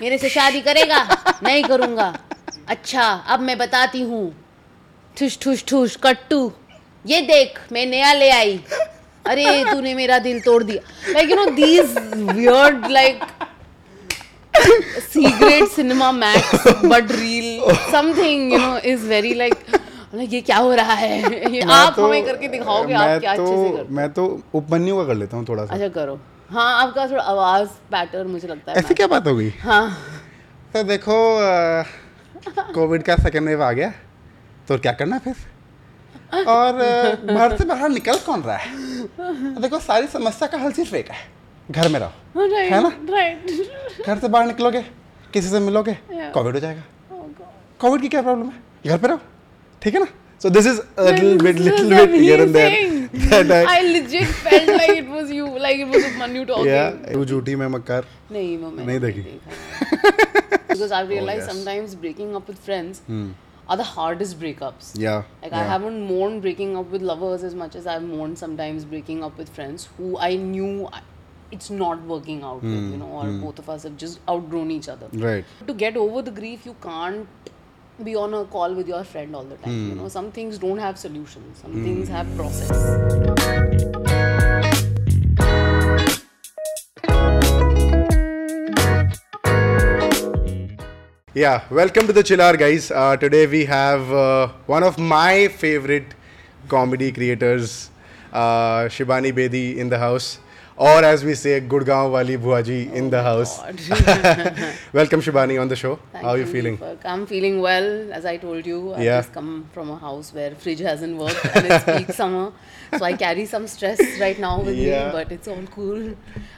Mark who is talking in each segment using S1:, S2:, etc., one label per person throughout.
S1: मेरे से शादी करेगा नहीं करूँगा अच्छा अब मैं बताती हूँ ठुस ठुस ठुस कट्टू ये देख मैं नया ले आई अरे तूने मेरा दिल तोड़ दिया like you know these weird like secret cinema max but reel something you know is very like ये क्या हो रहा है ये
S2: मैं
S1: आप
S2: तो-
S1: हमें करके दिखाओगे आप
S2: मैं
S1: क्या अच्छे से
S2: तो-
S1: करते हो।
S2: मैं तो उपमन्यु का कर लेता हूँ थोड़ा सा
S1: अच्छा करो हाँ आपका थोड़ा आवाज पैटर्न मुझे लगता है
S2: ऐसी क्या बात हो गई
S1: हाँ
S2: तो देखो अ, कोविड का सेकेंड वेव आ गया तो क्या करना फिर और अ, घर से बाहर निकल कौन रहा है देखो सारी समस्या का हल सिर्फ एक है घर में रहो है ना?
S1: राइट राइट
S2: घर से बाहर निकलोगे किसी से मिलोगे कोविड हो
S1: Oh
S2: जाएगा कोविड की क्या प्रॉब्लम है घर पे रहो ठीक है ना so this is little bit little bit here and there
S1: I legit felt like it was you, like it was Manu talking.
S2: या तू झूठी मैं मक्कार
S1: नहीं वो मैंने
S2: नहीं देखी। Oh,
S1: Because I've realized
S2: yes. Hmm.
S1: sometimes breaking up with friends are the hardest breakups.
S2: या
S1: Like I haven't mourned breaking up with lovers as much as I've mourned sometimes breaking up with friends who I knew I- it's not working out
S2: Hmm.
S1: with, you know, or both of us have just outgrown each other.
S2: Right
S1: To get over the grief, you can't be on a call with your friend all the time. You
S2: Hmm.
S1: know, some things don't have solutions. Some things have process.
S2: Yeah, welcome to the Chillar guys. Uh, today we have uh, one of my favorite comedy creators, uh, Shibani Bedi, in the house, or as we say, Gurgaon Wali Bhuaji in the house. welcome Shibani on the show.
S1: Thank
S2: How are you feeling?
S1: Deepak. I'm feeling well. As I told you, I
S2: Yeah.
S1: just come from a house where fridge hasn't worked and it's peak summer. So I carry some stress right now with
S2: Yeah.
S1: me, but it's all cool.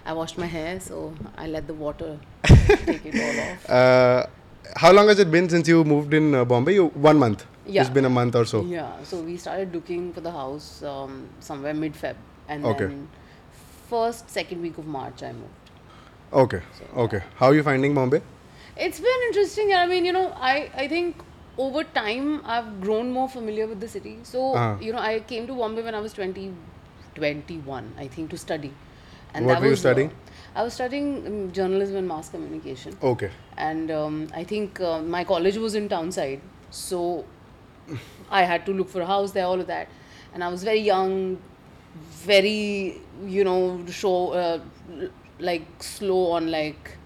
S1: I washed my hair, so I let the water take it all off.
S2: Uh, how long has it been since you moved in uh, Bombay? You, one month.
S1: Yeah.
S2: It's been a month or so.
S1: Yeah, so we started looking for the house um, somewhere mid Feb. And
S2: Okay.
S1: then, first, second week of March, I moved.
S2: Okay. Okay. How are you finding Bombay?
S1: It's been interesting. I mean, you know, I, I think over time I've grown more familiar with the city. So,
S2: Uh-huh.
S1: you know, I came to Bombay when I was 20, 21, I think, to study.
S2: What were you
S1: uh,
S2: studying?
S1: I was studying um, journalism and mass communication.
S2: Okay.
S1: And um, I think uh, my college was in Townside. So I had to look for a house there, all of that. And I was very young, very, you know, show, uh, l- like slow on like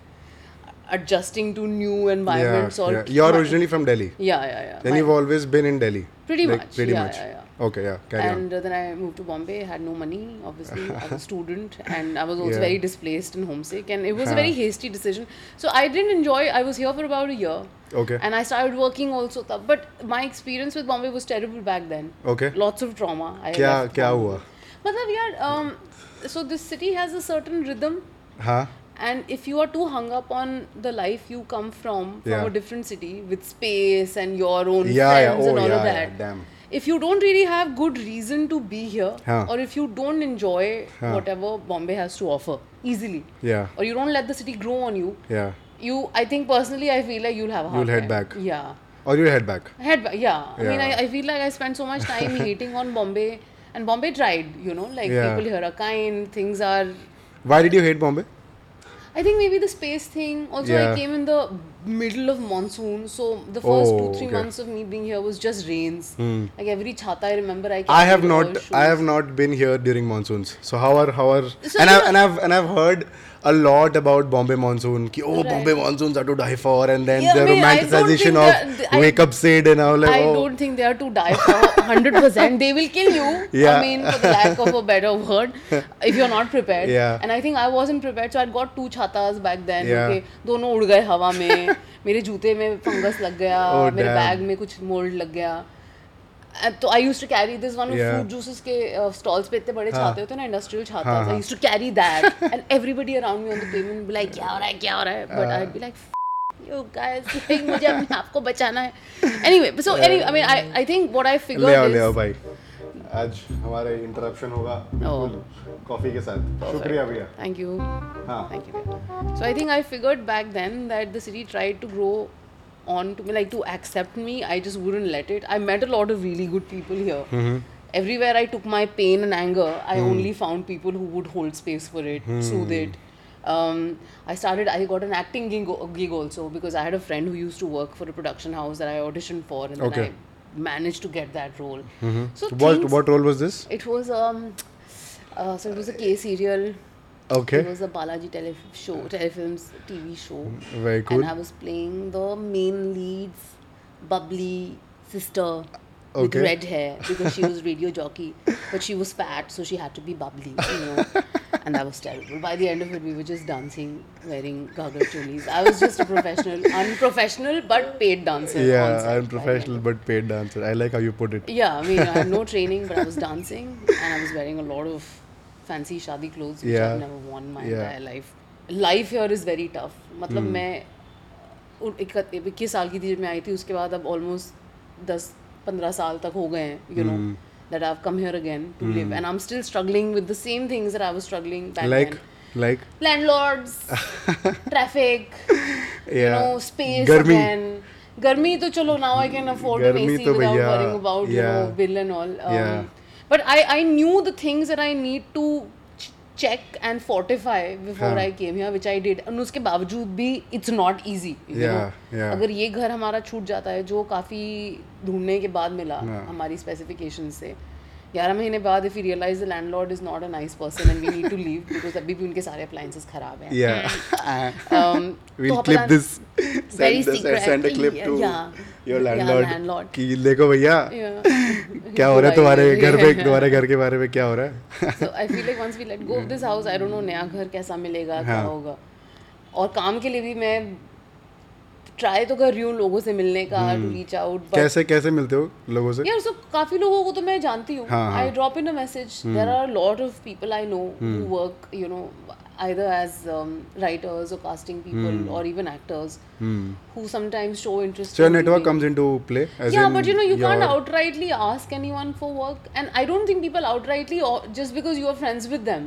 S1: adjusting to new environments
S2: yeah,
S1: or
S2: yeah. You're originally from Delhi.
S1: yeah, yeah, yeah.
S2: Then
S1: My-
S2: you've always been in Delhi.
S1: Pretty
S2: Like,
S1: much,
S2: Pretty
S1: yeah,
S2: much.
S1: yeah,
S2: Okay. Yeah. Carry on.
S1: and uh, then I moved to Bombay, had no money, obviously. I was a student and I was also
S2: Yeah.
S1: very displaced and homesick. And it was a
S2: Huh.
S1: very hasty decision. So I didn't enjoy, I was here for about a year.
S2: Okay.
S1: And I started working also. th- But my experience with Bombay was terrible back then.
S2: Okay.
S1: Lots of trauma. I
S2: क्या
S1: left
S2: क्या
S1: Bombay.
S2: हुआ
S1: Matlab, yaar, um, so this city has a certain rhythm.
S2: हाँ
S1: And if you are too hung up on the life you come from, from
S2: Yeah.
S1: a different city with space and your own
S2: Yeah, yeah.
S1: friends
S2: Oh,
S1: and all of
S2: yeah, yeah.
S1: that,
S2: Damn.
S1: if you don't really have good reason to be here,
S2: Huh.
S1: or if you don't enjoy
S2: Huh.
S1: whatever Bombay has to offer easily,
S2: Yeah.
S1: or you don't let the city grow on you,
S2: yeah
S1: you, I think personally, I feel like you'll have a hard
S2: You'll head
S1: time.
S2: back.
S1: Yeah.
S2: or you head back
S1: Head back, yeah. I mean,
S2: Yeah.
S1: I, I feel like I spent so much time hating on Bombay, and Bombay tried, you know, like
S2: Yeah.
S1: people here are kind, things are.
S2: why did you hate Bombay
S1: I think maybe the space thing. Also, I
S2: Yeah.
S1: came in the middle of monsoon, so the first two
S2: Oh,
S1: three
S2: okay. Hmm.
S1: months of me being here was just rains. Like every chata, I remember I.
S2: I have
S1: carried over
S2: not I
S1: shoes.
S2: have not been here during monsoons so how are how are
S1: So,
S2: and
S1: you
S2: I
S1: know-
S2: and I've and I've heard a lot about Bombay monsoon ki, oh
S1: Right.
S2: Bombay monsoons are to die for and then
S1: Yeah,
S2: the
S1: I mean, I don't
S2: romanticization
S1: think
S2: of
S1: that- I-
S2: wake up Sid and all like
S1: I
S2: oh
S1: don't think they are to die for hundred percent. They will kill you. I
S2: Yeah.
S1: mean, for the lack of a better word, if you're not prepared.
S2: Yeah.
S1: And I think I wasn't prepared, so I'd got two chatas back then.
S2: Yeah.
S1: Okay, दोनों उड़ गए हवा में. मेरे जूते में fungus लग गया.
S2: Oh,
S1: मेरे
S2: damn.
S1: बैग में कुछ मोल्ड लग गया. And तो I used to carry this one
S2: Yeah.
S1: Fruit juices के स्टॉल्स पे इतने बड़े छाते होते हैं ना इंडस्ट्रियल छाता
S2: हाँ,
S1: I used to carry that and everybody around me on the pavement be like क्या हो रहा है क्या हो रहा है but
S2: Uh.
S1: I be like you guys like, मुझे अपने आप को बचाना है anyway so anyway I mean I I think what I figured
S2: ले आओ
S1: is
S2: ले आओ भाई आज हमारे इंटरप्शन होगा बिल्कुल कॉफी के साथ शुक्रिया भैया
S1: thank you
S2: हाँ
S1: Oh. thank you dear. so I think I figured back then that the city tried to grow on to me like to accept me I just wouldn't let it I met a lot of really good people here
S2: Mm-hmm. Mm-hmm.
S1: Everywhere I took my pain and anger, I only found people who would hold space for it, soothe it, um, I started, I got an acting gig, gig also because I had a friend who used to work for a production house that I auditioned for and
S2: Okay. Mm-hmm.
S1: then I managed to get that role. So
S2: What
S1: things-
S2: what role was this?
S1: It was um, uh, so it was a K serial.
S2: Okay. Mm,
S1: It was a Balaji tele show, telefilms TV show.
S2: Very cool.
S1: And I was playing the main lead's bubbly sister with
S2: Okay.
S1: red hair because she was radio jockey, but she was fat, so she had to be bubbly, you know. and that was terrible. By the end of it, we were just dancing, wearing gaggle cholis. I was just a professional, unprofessional but paid dancer. on set
S2: yeah,
S1: by the
S2: I'm
S1: end
S2: professional but paid dancer. I like how you put it.
S1: yeah, I mean, I had no training, but I was dancing and I was wearing a lot of fancy shadi clothes, which
S2: Yeah.
S1: I've never worn my
S2: Yeah. Hmm.
S1: entire life. Life here is very tough. uh, मतलब मैं उन- इक- इक्कीस साल की थी जब मैं आई थी उसके बाद अब ऑलमोस्ट दस पंद्रह साल तक हो गए हैं you know
S2: Hmm.
S1: That I come here again to live and I am still struggling with the same things that I was struggling back
S2: Like like
S1: landlords traffic
S2: yeah.
S1: you know space
S2: Garmi.
S1: again गर्मी तो चलो now I can afford an
S2: गर्मी
S1: AC
S2: तो
S1: without
S2: भैया,
S1: worrying about you
S2: yeah.
S1: know bill and all um,
S2: Yeah.
S1: but I I knew the things that I need to ch- check and fortify before
S2: हाँ.
S1: I came here which I did and उसके बावजूद भी it's not easy you
S2: Yeah,
S1: know
S2: yeah.
S1: अगर ये घर हमारा छूट जाता है जो काफ़ी ढूंढने के बाद मिला
S2: हाँ.
S1: हमारी स्पेसिफिकेशन से ग्यारह महीने बाद if you realise the landlord is not a nice person and we need to leave because अभी भी उनके सारे अप्लाइंसेस ख़राब हैं
S2: Yeah. Ah,
S1: um,
S2: we'll
S1: तो
S2: clip
S1: पता-
S2: this.
S1: Mm. Very
S2: Send, the-
S1: secret.
S2: send a clip
S1: Yeah,
S2: to
S1: yeah.
S2: your
S1: Yeah,
S2: landlord.
S1: landlord.
S2: कि देखो भैया
S1: Yeah.
S2: क्या हो रहा है तुम्हारे
S1: Yeah.
S2: घर पे तुम्हारे घर के बारे में क्या हो रहा है
S1: So I feel like once we let go of this house, I don't know नया घर कैसा मिलेगा क्या
S2: हाँ.
S1: होगा और काम के लिए भी मैं ट्राई तो कर रही हूँ लोगों से मिलने का टू रीच आउट बट
S2: हम्म। कैसे कैसे मिलते हो लोगों से
S1: यार सो काफी लोगों को तो मैं जानती हूँ
S2: हाँ, हाँ. हम्म।
S1: I drop in a message there are lot of people I know who work you know either as um, writers or casting people or even actors who sometimes show interest
S2: हम्म। So your
S1: in
S2: network
S1: giving-
S2: comes into play. As
S1: yeah,
S2: in
S1: but you know, you can't
S2: your-
S1: outrightly ask anyone for work, and I don't think people outrightly, or just because you are friends with them,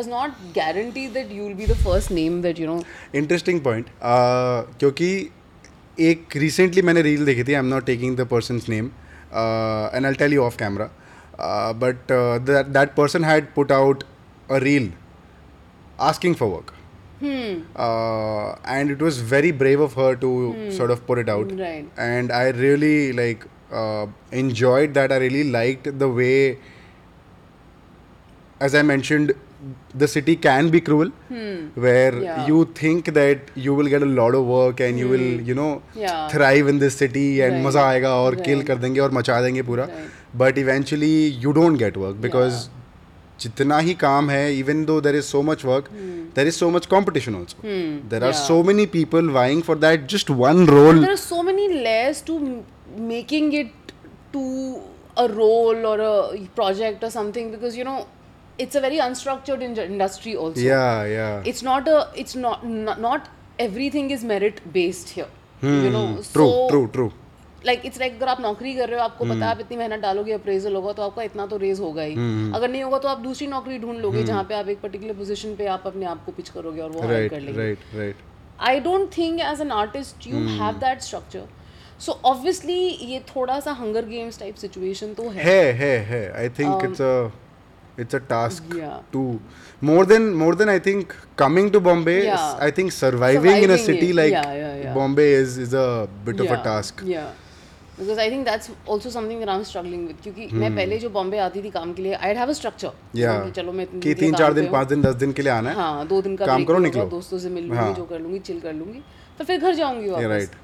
S1: does not guarantee that you'll be the first name that you know.
S2: Interesting point Uh, क्योंकि एक recently मैंने reel देखी थी I am not taking the person's name and I tell you off camera but that person had put out a reel asking for work and it was very brave of her to sort of put it out
S1: Right.
S2: and i really like uh, enjoyed that i really liked the way as i mentioned the city can be cruel where
S1: Hmm. Yeah.
S2: you think that you will get a lot of work and you will you know
S1: Hmm. Yeah.
S2: thrive in this city and
S1: Right.
S2: maza aayega aur kill
S1: Right.
S2: kar denge aur macha denge pura
S1: Right.
S2: but eventually you don't get work because जितना ही काम है even though there is so much work there is so much competition also there are
S1: Hmm. yeah.
S2: So many people vying for that just one role
S1: There are so many layers to m- making it to a role or a project or something because you know, it's a very unstructured in- industry also.
S2: Yeah, yeah.
S1: it's not a it's not not, not everything is merit based here you know
S2: Hmm, true,
S1: so
S2: true, true.
S1: like it's like अगर आप नौकरी कर रहे हो आपको
S2: हम्म।
S1: पता है आप इतनी मेहनत डालोगे अप्रेजल होगा तो आपका इतना तो रेज होगा ही
S2: हम्म।
S1: अगर नहीं होगा तो आप दूसरी नौकरी ढूंढ लोगे जहाँ पे आप एक पर्टिकुलर पोजीशन पे आप अपने आप को पिच करोगे और वो हायर
S2: right,
S1: कर लेंगे
S2: right, right. हम्म।
S1: I don't think as an artist you have that structure so obviously ये थोड़ा सा हंगर गेम्स टाइप सिचुएशन तो है
S2: Hey, hey, hey. I think it's a it's a task
S1: Yeah.
S2: to more than more than I think coming to Bombay.
S1: Yeah.
S2: s- I think surviving, in a
S1: Surviving
S2: city
S1: it.
S2: like
S1: Yeah, yeah, yeah.
S2: Bombay is is a bit of a
S1: Yeah,
S2: task.
S1: yeah. Because I think that's also something that I'm struggling with. क्योंकि मैं पहले जो बॉम्बे आती थी काम के लिए I have a structure
S2: हम्म। Yeah.
S1: चलो मैं इतने
S2: कि
S1: दिन के
S2: तीन
S1: काम
S2: चार
S1: पे
S2: दिन
S1: हूँ।
S2: पाँच दिन दस दिन के लिए आना है
S1: हाँ दो दिन का
S2: काम
S1: break
S2: करो
S1: होगा,
S2: निकलो
S1: दोस्तों से मिल लूंगी
S2: हाँ।
S1: जो कर लूंगी चिल कर लूंगी तो फिर घर जाऊंगी वापस
S2: Yeah, right.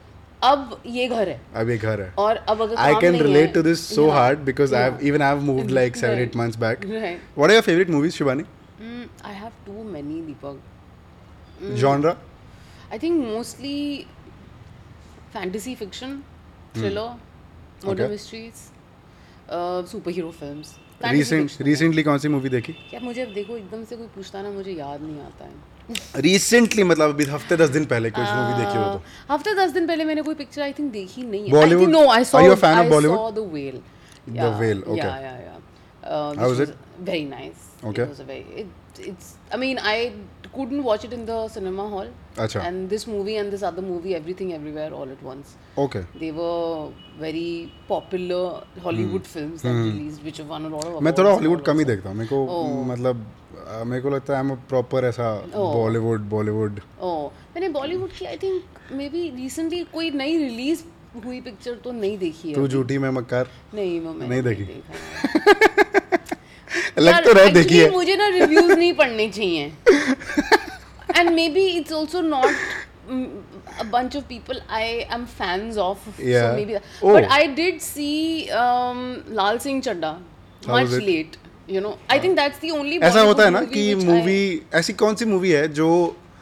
S1: अब ये घर है
S2: अब ये घर है
S1: और अब अगर
S2: I
S1: काम
S2: can
S1: नहीं
S2: relate
S1: है-
S2: to this so
S1: Yeah.
S2: hard because
S1: Yeah.
S2: I've even I've moved like seven
S1: Right.
S2: eight months back.
S1: Right.
S2: What are your favorite movies, Shivani?
S1: Mm, I have too many Deepak. Mm.
S2: Genre?
S1: I think mostly fantasy fiction, thriller, murder
S2: Hmm. Okay.
S1: mysteries, uh, superhero films. Fantasy
S2: Recent
S1: fiction है।
S2: recently कौन सी movie देखी?
S1: यार मुझे अब देखो एकदम से कोई पूछता ना मुझे याद नहीं आता है
S2: रिसेंटली मतलब अभी हफ्ते दस दिन पहले
S1: Uh,
S2: कुछ मूवी देखी हो तो
S1: आ, हफ्ते दस दिन पहले मैंने कोई पिक्चर आई थिंक देखी नहीं
S2: Bollywood?
S1: No I
S2: Are you a fan of Bollywood?
S1: The whale
S2: The Whale, okay.
S1: Yeah yeah yeah Uh,
S2: How was
S1: very nice
S2: Okay.
S1: It was a very it's I mean I couldn't watch it in the cinema hall.
S2: Acha.
S1: And this movie and this other movie, everything everywhere all at once.
S2: Okay.
S1: They were very popular Hollywood films that released, which have won a lot of.
S2: Hmm. मैं थोड़ा
S1: awards and
S2: Hollywood
S1: all
S2: कम ही
S1: that.
S2: देखता हूँ मेरे को मतलब अ, मेरे को लगता है आई एम प्रॉपर ऐसा बॉलीवुड बॉलीवुड
S1: Oh, मैंने बॉलीवुड की I think maybe recently कोई नई रिलीज हुई पिक्चर तो नहीं देखी है
S2: तू झूठी मैं मक्कार
S1: नहीं वो मैंने
S2: नहीं देखी।
S1: देखा।
S2: लग
S1: यार,
S2: तो रहा है,
S1: actually
S2: देखी है
S1: मुझे ना रिव्यूज नहीं पढ़ने चाहिए and maybe it's also not mm, a bunch of people i am fans of so
S2: Yeah.
S1: maybe
S2: Oh.
S1: but i did see um, lal singh chadda much
S2: How was it?
S1: late you know i think that's the only
S2: ऐसा होता है ना
S1: Bollywood
S2: कि
S1: which I-
S2: movie ऐसी कौन सी movie है जो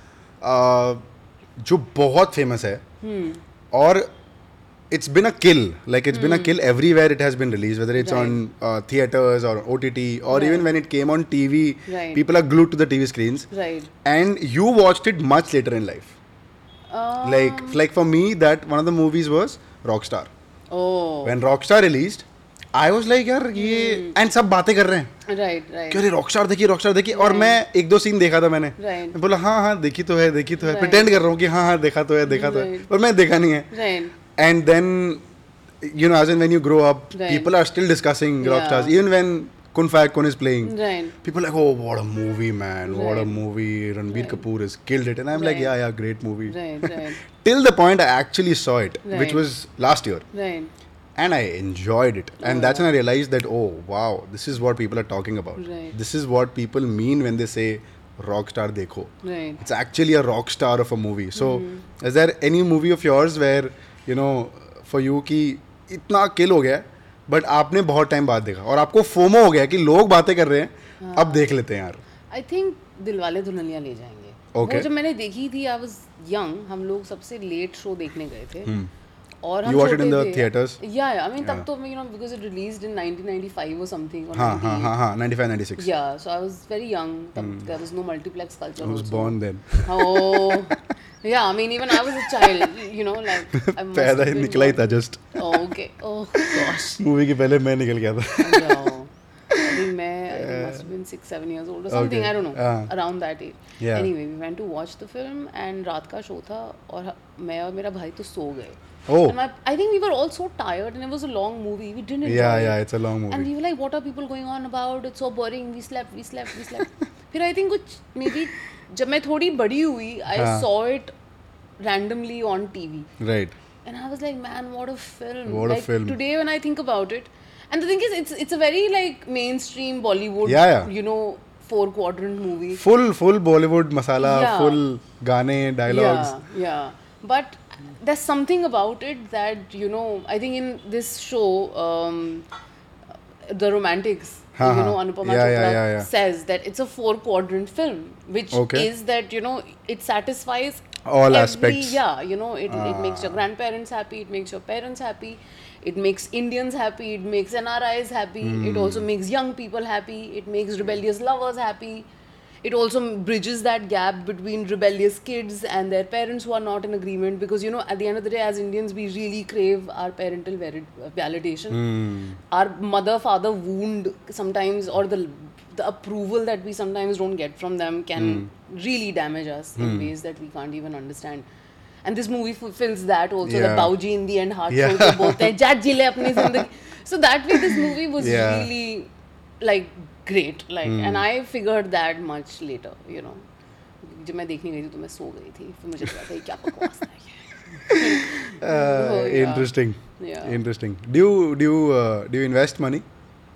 S2: अ, जो बहुत फेमस है
S1: हम्म।
S2: और it's been a kill like it's been
S1: hmm.
S2: A kill everywhere it has been release whether it's on theatres और ओटीटी और even when it came on TV
S1: Right.
S2: People are glue to the TV screens
S1: right
S2: and you watched it much later in life
S1: Uh,
S2: like like for me that one of the movies was Rockstar
S1: oh
S2: when Rockstar released I was like यार ये and सब बातें कर रहे हैं
S1: right Hmm. right
S2: कि अरे Rockstar देखी रॉकस्टार देखी और मैं एक दो सीन देखा था मैंने
S1: Right.
S2: मैं बोला हाँ हाँ देखी तो है देखी तो है
S1: Right.
S2: प्रिटेंड कर रहा हूँ कि हाँ हाँ देखा तो है देखा तो है
S1: Right.
S2: पर मैं देखा नहीं है
S1: right
S2: and then you know as N when you grow up
S1: Right.
S2: People are still discussing
S1: Yeah.
S2: Rockstars even when कुनफैक कुन is playing
S1: right
S2: People are like, oh, what a movie, man! What a
S1: Right.
S2: movie! Ranbir Kapoor has killed it, and I'm like,
S1: Right.
S2: yeah, yeah, great movie.
S1: right right
S2: Till the point I actually saw it, which
S1: Right.
S2: was last year,
S1: right
S2: and I enjoyed it. And that's when I realized that, oh, wow, this is what people are talking about.
S1: Right.
S2: This is what people mean when they say rockstar dekho.
S1: right
S2: It's actually a rock star of a movie. So, is there any movie of yours where you know, for you कि इतना किल हो गया है, but आपने बहुत time बाद देखा और आपको फोमो हो गया है कि लोग बातें कर रहे हैं अब देख लेते हैं यार
S1: आई थिंक दिलवाले दुल्हनिया ले जाएंगे
S2: Okay.
S1: वो जब मैंने देखी थी आई वाज यंग हम लोग सबसे लेट शो देखने गए थे और हम
S2: Hmm. You watched it in
S1: छोटे
S2: the
S1: थे।
S2: theaters?
S1: Yeah, yeah. I mean, तब तो you know because it released in 1995 or something. Or
S2: हाँ हाँ
S1: 98.
S2: हाँ हाँ 95 96
S1: Yeah, so I was very young. तब there was no multiplex culture.
S2: I was
S1: also.
S2: born then
S1: Oh, yeah. I mean, even I was a child. You know, like I must
S2: पैदा
S1: have
S2: he
S1: been
S2: निकला ही
S1: born-
S2: था just
S1: Oh, okay. Oh gosh.
S2: Movie के पहले मैं निकल गया था
S1: No. I think मैं- I think must have been six, seven years old or something.
S2: Okay.
S1: I don't know.
S2: हाँ.
S1: Around that age.
S2: Yeah.
S1: Anyway, we went to watch the film and रात का शो था और ह- मैं और मेरा भाई तो सो गए.
S2: Oh.
S1: And my, I think we were all so tired and it was a long movie. We didn't.
S2: yeah
S1: enjoy it.
S2: yeah it's a long
S1: And
S2: movie
S1: we were like, what are people going on about? It's so boring. We slept. We slept. We slept. फिर I think कुछ may be जब मैं थोड़ी बड़ी हुई I
S2: हाँ.
S1: Saw it randomly on TV
S2: right
S1: And I was like, man, what a film!
S2: What a
S1: like,
S2: film.
S1: Today, when I think about it, and the thing is, it's it's a very like mainstream Bollywood,
S2: Yeah, yeah.
S1: you know, four quadrant movie.
S2: full full Bollywood masala
S1: Yeah.
S2: full गाने dialogues
S1: Yeah, yeah. But there's something about it that you know. I think in this show, um, the romantics.
S2: हाँ,
S1: you
S2: हाँ.
S1: know, Anupama
S2: Yeah, yeah,
S1: Chopra
S2: yeah, yeah.
S1: says that it's a four-quadrant film, which
S2: Okay.
S1: is that you know it satisfies
S2: All
S1: every,
S2: aspects.
S1: Yeah, you know, it, it makes your grandparents happy, it makes your parents happy, it makes Indians happy, it makes NRIs happy, it also makes young people happy, it makes rebellious lovers happy. It also bridges that gap between rebellious kids and their parents who are not in agreement because, you know, at the end of the day, as Indians, we really crave our parental valid- validation. Our mother father wound sometimes, or the, the approval that we sometimes don't get from them, can really damage us in ways that we can't even understand. And this movie fulfills that also.
S2: Yeah.
S1: The Bauji in the end, heart
S2: Yeah.
S1: yeah. both hai, "Jat ji le apni zindagi." So that way, this movie was
S2: Yeah. Hmm.
S1: really like great. Like, and I figured that much later, you know. जब मैं देखने गई थी तो मैं सो गई थी फिर मुझे पता था ये क्या बकवास था ये।
S2: Uh,
S1: Oh, yeah.
S2: interesting
S1: Yeah.
S2: interesting do you do you uh, do you invest money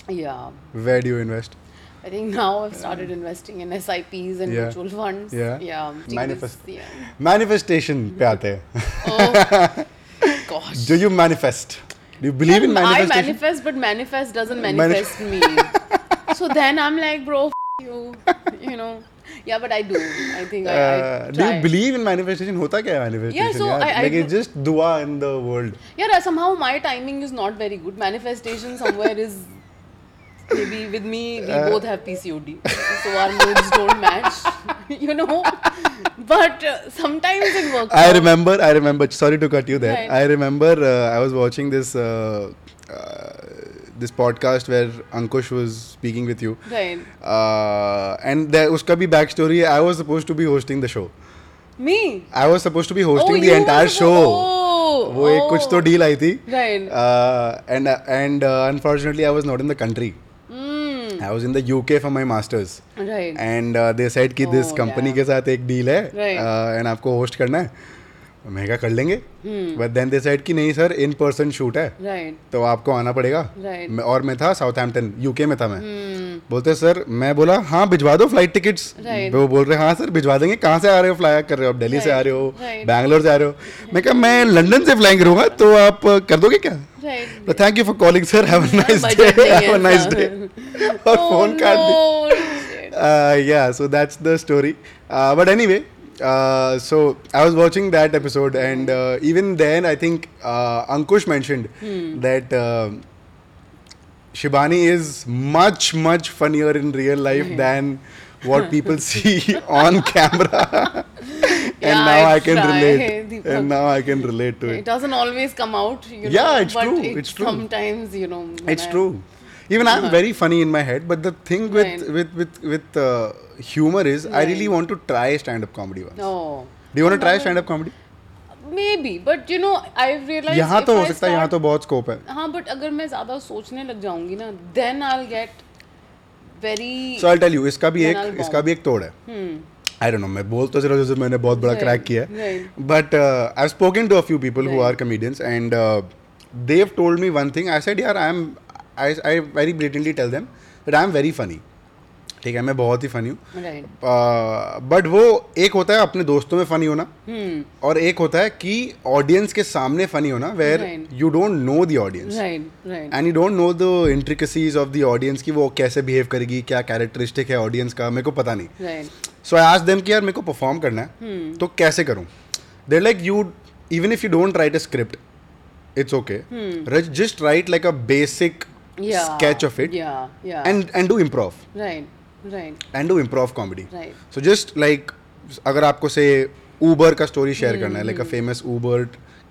S1: Yeah.
S2: where do you invest
S1: I think now I've started investing in SIPs and
S2: Uh, Yeah.
S1: mutual funds.
S2: Yeah.
S1: Yeah. Taking
S2: Manifest.
S1: this- Yeah.
S2: manifestation पे आते हैं
S1: Oh, gosh.
S2: do you manifest do you believe in
S1: Well, I
S2: manifestation
S1: manifest, but manifest doesn't
S2: Manif-
S1: manifest me. so then I'm like, bro, f- you, you know. Yeah, but I do. I think I, I
S2: Uh, do you
S1: try.
S2: believe in manifestation होता क्या है manifestation
S1: so
S2: यार?
S1: I- I
S2: like
S1: do-
S2: it's just dua in the world
S1: yeah, somehow my timing is not very good. Manifestation somewhere is maybe with me. We
S2: Uh,
S1: both have PCOD, so our moods don't match. you know, but uh, sometimes it works.
S2: I
S1: out.
S2: remember, I remember. Sorry to cut you there.
S1: Right.
S2: I remember. Uh, I was watching this uh, uh, this podcast where Ankush was speaking with you.
S1: Right.
S2: Uh, and there, uska bhi backstory, I was supposed to be hosting the show.
S1: Me.
S2: I was supposed to be hosting
S1: Oh,
S2: the
S1: you
S2: entire
S1: were-
S2: show.
S1: oh,
S2: वो एक कुछ तो
S1: oh.
S2: Deal I थी Uh,
S1: Right.
S2: And and unfortunately I was not in the country
S1: Mm.
S2: I was in the UK for my masters
S1: Right.
S2: And they said uh, कि this
S1: Oh,
S2: company
S1: damn.
S2: के साथ एक deal है
S1: Right.
S2: एंड आपको host करना है मैं कहा कर लेंगे
S1: Hmm.
S2: But then they said कि नहीं सर इन पर्सन शूट है
S1: Right.
S2: तो आपको आना पड़ेगा
S1: Right. Hmm.
S2: मैं- और मैं था साउथहैम्पटन यूके में था मैं बोलते सर मैं बोला हाँ भिजवा दो फ्लाइट टिकट्स
S1: Right.
S2: वो बोल रहे हाँ सर भिजवा देंगे कहाँ से आ रहे हो फ्लाई कर रहे हो आप दिल्ली से
S1: Right.
S2: आ रहे हो
S1: Right.
S2: बैंगलोर से आ रहे हो मैं कहा मैं लंदन से फ्लाइंग करूँगा तो आप अ, कर दोगे क्या
S1: Right.
S2: तो thank you for calling sir have a nice day
S1: budget नहीं
S2: हैव
S1: है
S2: अ नाइस
S1: ऐसा।
S2: डे और
S1: Oh,
S2: फोन काट दिया
S1: no. Shit.
S2: uh, yeah, so that's the story. Uh, but anyway, uh, so I was watching that episode, and uh, even then, I think uh, Ankush mentioned
S1: Hmm.
S2: that uh, Shibani is much, much funnier in real life than what people see on camera. and
S1: Yeah,
S2: now
S1: I
S2: I can
S1: try,
S2: relate.
S1: Deepak.
S2: And now I can relate to
S1: It
S2: it.
S1: doesn't always come out, you know.
S2: Yeah, it's
S1: but
S2: true,
S1: It
S2: it's true.
S1: Sometimes, you know. when
S2: It's
S1: I-
S2: true. Even I'm very funny in my head, but the thing with
S1: Uh-huh. Right.
S2: with with with uh, humor is I really
S1: Right.
S2: want to try stand-up comedy once.
S1: No.
S2: Do you want to try stand-up comedy?
S1: Maybe, but you know, I've realized.
S2: यहाँ
S1: if
S2: तो हो
S1: I
S2: सकता है
S1: start-
S2: यहाँ तो बहुत scope है
S1: हाँ बट अगर मैं ज्यादा सोचने लग जाऊंगी ना then I get very
S2: so I tell you इसका भी
S1: Then
S2: एक
S1: I'll bomb. Hmm.
S2: इसका भी एक तोड़ है आई डोंट नो मैं बोल तो सिर्फ जैसे मैंने बहुत बड़ा
S1: Right,
S2: क्रैक किया है uh,
S1: right.
S2: But I spoken to a few people who
S1: Right.
S2: Are comedians and they told me one thing I said यार I am I I very blatantly tell them that I am very funny ठीक है मैं बहुत ही funny हूँ
S1: right
S2: but वो एक होता है अपने दोस्तों में फनी होना
S1: Hmm.
S2: और एक होता है कि ऑडियंस के सामने फनी होना where
S1: Right.
S2: You don't know the audience
S1: right right
S2: and you don't know the intricacies of the audience की वो कैसे बिहेव करेगी क्या कैरेक्टरिस्टिक है ऑडियंस का मेरे को पता नहीं
S1: राइट
S2: सो आई आज देम कि यार मेरे को परफॉर्म करना
S1: हम्म।
S2: है तो कैसे करूँ there like you even if you don't write a script it's okay
S1: hmm.
S2: Just write like a basic
S1: या
S2: स्केच ऑफ इट
S1: या या
S2: and and do improv
S1: right right
S2: and do improv comedy
S1: Right.
S2: So just like अगर आपको से Uber का story share करना है like
S1: hmm.
S2: A famous Uber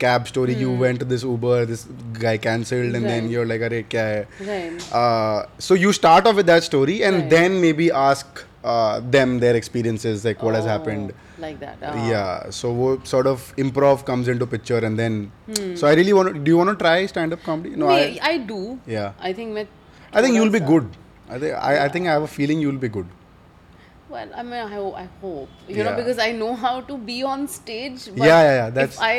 S2: cab story you went this Uber this guy cancelled and then
S1: Right.
S2: Your like अरे क्या है
S1: right
S2: Uh, so you start off with that story and
S1: Right.
S2: then maybe ask uh, them their experiences, like what has happened.
S1: Like that
S2: Oh. Yeah, so wo sort of improv comes into picture and then. So I really want to. Do you want to try stand up comedy? No,
S1: I
S2: I,
S1: I do
S2: Yeah.
S1: I think मैं
S2: I think
S1: थोड़ा
S2: you'll be
S1: सा-
S2: good. I, think I, I think I have a feeling you'll be good.
S1: Well, I mean, I, ho- I hope you know
S2: Yeah.
S1: because I know how to be on stage. But
S2: Yeah, yeah, yeah, that's-
S1: if I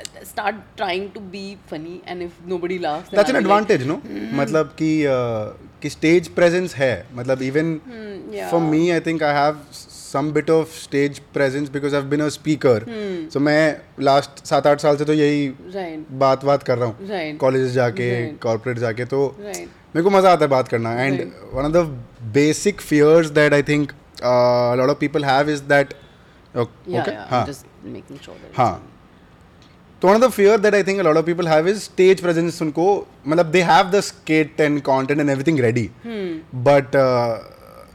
S1: uh, start trying to be funny and if nobody laughs, then
S2: That's an
S1: I'll be like,
S2: advantage, no? मतलब कि uh, कि stage presence है मतलब even
S1: yeah.
S2: for me I think I have s- some bit of stage presence because I've been a speaker. So मैं last सात आठ साल से तो यही
S1: Right.
S2: बात बात कर रहा हूँ
S1: Right.
S2: कॉलेज जाके
S1: Right.
S2: कॉर्पोरेट जाके तो
S1: Right.
S2: मेरे को मज़ा आता है बात करना and one of the basic fears that I think lot of people have is that
S1: Yeah,
S2: okay
S1: yeah.
S2: हाँ
S1: I'm just making sure that. it's-
S2: हाँ तो one of the fear that I think lot of people have is stage presence उनको मतलब they have the skit and content and everything ready
S1: Hmm.
S2: But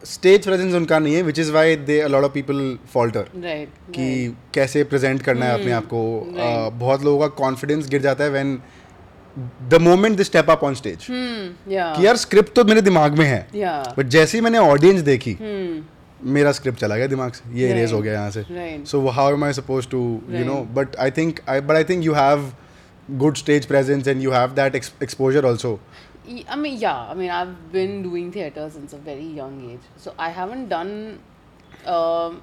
S2: stage presence uh, उनका नहीं है which is why they lot of people falter
S1: Right.
S2: कि
S1: right. Hmm.
S2: कैसे present करना है अपने आप को अ, बहुत लोगों का कॉन्फिडेंस गिर जाता है when the moment they step up on stage कि
S1: Hmm, yeah.
S2: यार स्क्रिप्ट तो मेरे दिमाग में है
S1: Yeah.
S2: बट जैसे ही मैंने ऑडियंस देखी
S1: Hmm.
S2: मेरा स्क्रिप्ट चला गया दिमाग से ये इरेज
S1: Right.
S2: हो गया यहाँ से
S1: Right.
S2: So how am I suppose to you know but I think but I think you have good stage presence and you have that exposure also
S1: Y- I mean, yeah. I mean, I've been doing theater since a very young age, so I haven't done um,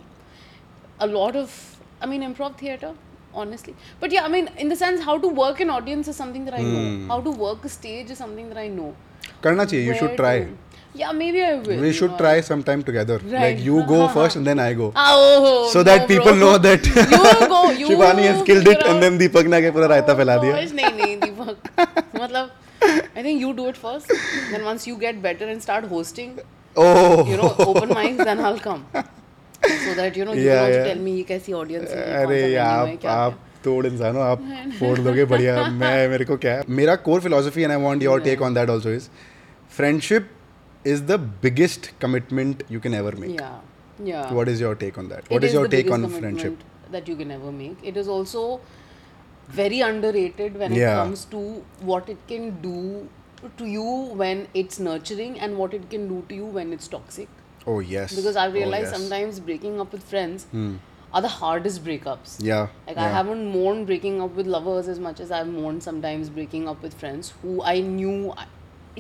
S1: a lot of. I mean, improv theater, honestly. But yeah, I mean, in the sense, how to work an audience is something that I
S2: Hmm.
S1: know. How to work a stage is something that I know.
S2: करना चाहिए you
S1: Where
S2: should try
S1: to- Yeah, maybe I will.
S2: We
S1: you
S2: should
S1: know.
S2: Try some time together like
S1: Right.
S2: You go first and then I go
S1: Oh,
S2: so that
S1: no,
S2: people
S1: bro.
S2: know that
S1: you go, Oh, you Oh,
S2: Shivani has killed it
S1: figure
S2: and
S1: out-
S2: then Deepak ने आके पूरा रायता फैला दिया
S1: Gosh, नहीं नहीं दीपक मतलब I think you do it first then once you get better and start hosting
S2: oh
S1: you know open mics then I'll come so that you know you can
S2: Yeah,
S1: also
S2: yeah.
S1: tell me ये कैसी audience है ये कौन सा
S2: अरे
S1: venue है
S2: आप
S1: क्या
S2: आप तोड़ इंसान हो आप फोड़ दोगे बढ़िया मैं मेरे को क्या है मेरा core philosophy and I want your take on that also is friendship is the biggest commitment you can ever make
S1: yeah yeah
S2: what is your take on that what
S1: It
S2: is your
S1: the
S2: take
S1: biggest
S2: on
S1: commitment
S2: friendship
S1: that you can ever make it is also very underrated when it
S2: Yeah.
S1: comes to what it can do to you when it's nurturing and what it can do to you when it's toxic.
S2: Oh yes.
S1: Because I
S2: Oh,
S1: realize
S2: yes. Hmm.
S1: sometimes breaking up with friends are the hardest breakups.
S2: Yeah.
S1: Like
S2: yeah.
S1: I haven't mourned breaking up with lovers as much as I've mourned sometimes breaking up with friends who I knew I-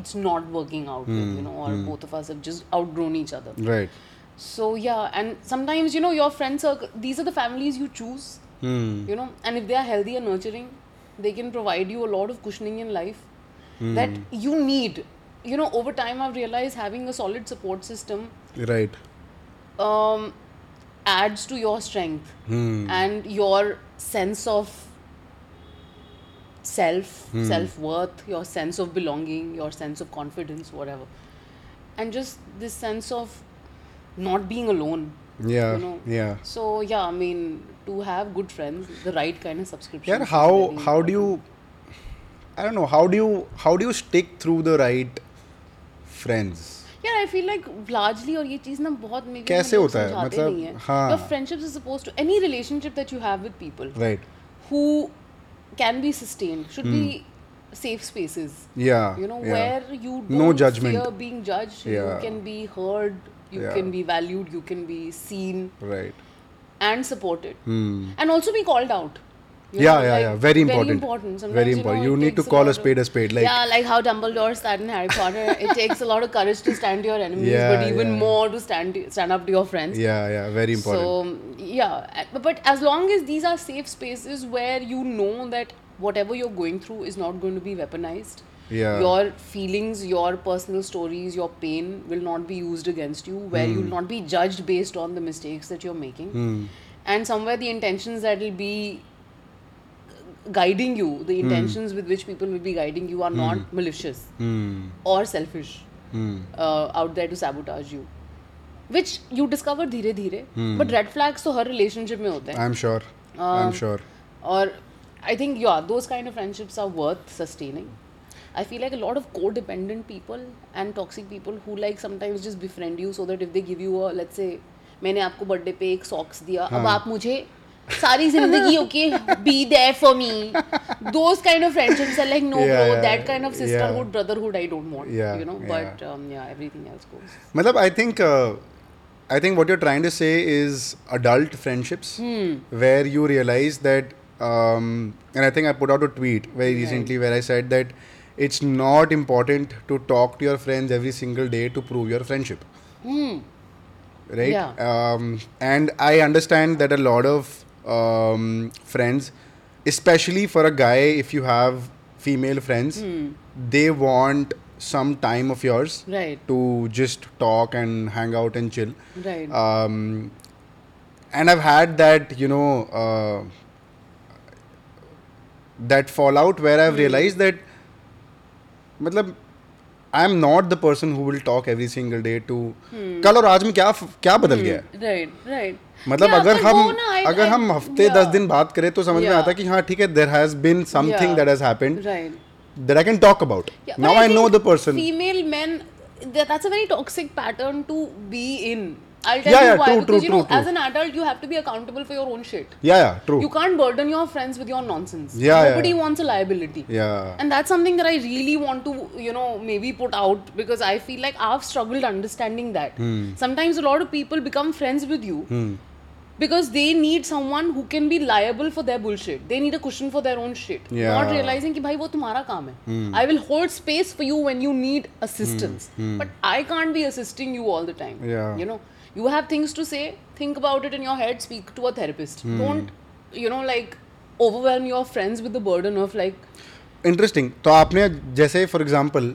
S1: it's not working out with, you know, or both of us have just outgrown each other.
S2: Right.
S1: So yeah, and sometimes you know your friend circle. These are the families you choose. You know, and if they are healthy and nurturing, they can provide you a lot of cushioning in life that you need. You know, over time I've realized having a solid support system
S2: Right.
S1: um, adds to your strength
S2: Hmm.
S1: and your sense of self,
S2: Hmm.
S1: self worth, your sense of belonging, your sense of confidence, whatever. And just this sense of not being alone.
S2: Yeah.
S1: You know?
S2: Yeah.
S1: So, yeah, I mean, to have good friends, the right kind of subscription.
S2: Yeah. How how do you? I don't know. How do you how do you stick through the right friends?
S1: यार I feel like largely और ये चीज ना बहुत मेरे
S2: कैसे होता है? मतलब, हाँ।
S1: Your friendships is suppose to any relationship that you have with people
S2: Right.
S1: who can be sustained should be safe spaces
S2: Hmm. Yeah.
S1: you know
S2: yeah.
S1: where you don't
S2: No judgment.
S1: fear being judged
S2: Yeah.
S1: you can be heard you
S2: Yeah.
S1: can be valued you can be seen
S2: Right.
S1: and supported and also be called out you
S2: Hmm. Yeah,
S1: know,
S2: yeah,
S1: like,
S2: yeah. Very important.
S1: important. Sometimes,
S2: Very
S1: you know, it
S2: important. You need to
S1: takes
S2: call
S1: lot
S2: a
S1: of-
S2: spade a spade, like-
S1: yeah, like how Dumbledore stand in Harry Potter. it takes a lot of courage to stand to your enemies,
S2: Yeah,
S1: but even
S2: yeah.
S1: more to stand stand up to your friends.
S2: Yeah. Yeah. Very important.
S1: So yeah, a- but, but as long as these are safe spaces where you know that whatever you're going through is not going to be weaponized.
S2: Yeah.
S1: Your feelings, your personal stories, your pain will not be used against you. Where you'll
S2: Hmm.
S1: not be judged based on the mistakes that you're making, and somewhere the intentions that will be guiding you,
S2: Hmm.
S1: the intentions with which people will be guiding you are not malicious
S2: Hmm.
S1: or selfish uh, out there to sabotage you. Which you discover धीरे धीरे but red flags तो हर relationship में होते हैं
S2: I'm sure.
S1: um,
S2: I'm sure.
S1: और I think या those kind of friendships are worth sustaining I feel like a lot of codependent people and toxic people who like sometimes just befriend you so that if they give you let's say मैंने आपको birthday पे एक socks दिया अब
S2: हाँ।
S1: आप मुझे सारी जिंदगी okay be there for me those kind of friendships are like no
S2: Yeah,
S1: bro
S2: yeah,
S1: that kind of
S2: yeah.
S1: Sisterhood brotherhood I don't want
S2: Yeah,
S1: you know but
S2: yeah.
S1: या everything else goes
S2: Matlab, I think uh, I think what you're trying to say is adult friendships
S1: Hmm.
S2: where you realize that um, and I think I put out a tweet very recently where I said that it's not important to talk to your friends every single day to prove your friendship. Right?
S1: Hmm. Yeah.
S2: Um, and I understand that a lot of um, friends, especially for a guy, if you have female friends,
S1: Hmm.
S2: they want some time of yours
S1: Right.
S2: to just talk and hang out and chill.
S1: Right.
S2: Um, and I've had that, you know, uh, that fallout where I've realized that, मतलब, I'm not the person who will talk every single day to
S1: Hmm.
S2: कल और आज में क्या क्या बदल गया है
S1: राइट राइट
S2: Uh, मतलब अगर हम अगर हम हफ्ते दस दिन बात करें तो समझ में
S1: Yeah.
S2: आता है कि हाँ ठीक है there has been something
S1: Yeah.
S2: That has happened
S1: right
S2: that I can talk about
S1: Yeah, but
S2: now I know
S1: think
S2: the person
S1: Female men, that, that's a very toxic pattern to be in. I'll tell
S2: Yeah,
S1: you
S2: yeah,
S1: why.
S2: true,
S1: because
S2: true,
S1: you know,
S2: true, true.
S1: as an adult, you have to be accountable for your own shit.
S2: Yeah, yeah, true.
S1: You can't burden your friends with your nonsense.
S2: Yeah, yeah,
S1: Nobody
S2: yeah.
S1: wants a liability.
S2: yeah.
S1: And that's something that I really want to, you know, maybe put out because I feel like I've struggled understanding that.
S2: Hmm.
S1: Sometimes a lot of people become friends with you because they need someone who can be liable for their bullshit. They need a cushion for their own shit.
S2: Yeah. Hmm.
S1: Not realizing कि भाई वो तुम्हारा काम है. I will hold space for you when you need assistance, but I can't be assisting you all the time.
S2: Hmm. Yeah.
S1: You know, you have things to say. Think about it in your head. Speak to a therapist.
S2: Hmm.
S1: Don't, you know, like overwhelm your friends with the burden of like
S2: interesting तो आपने जैसे for example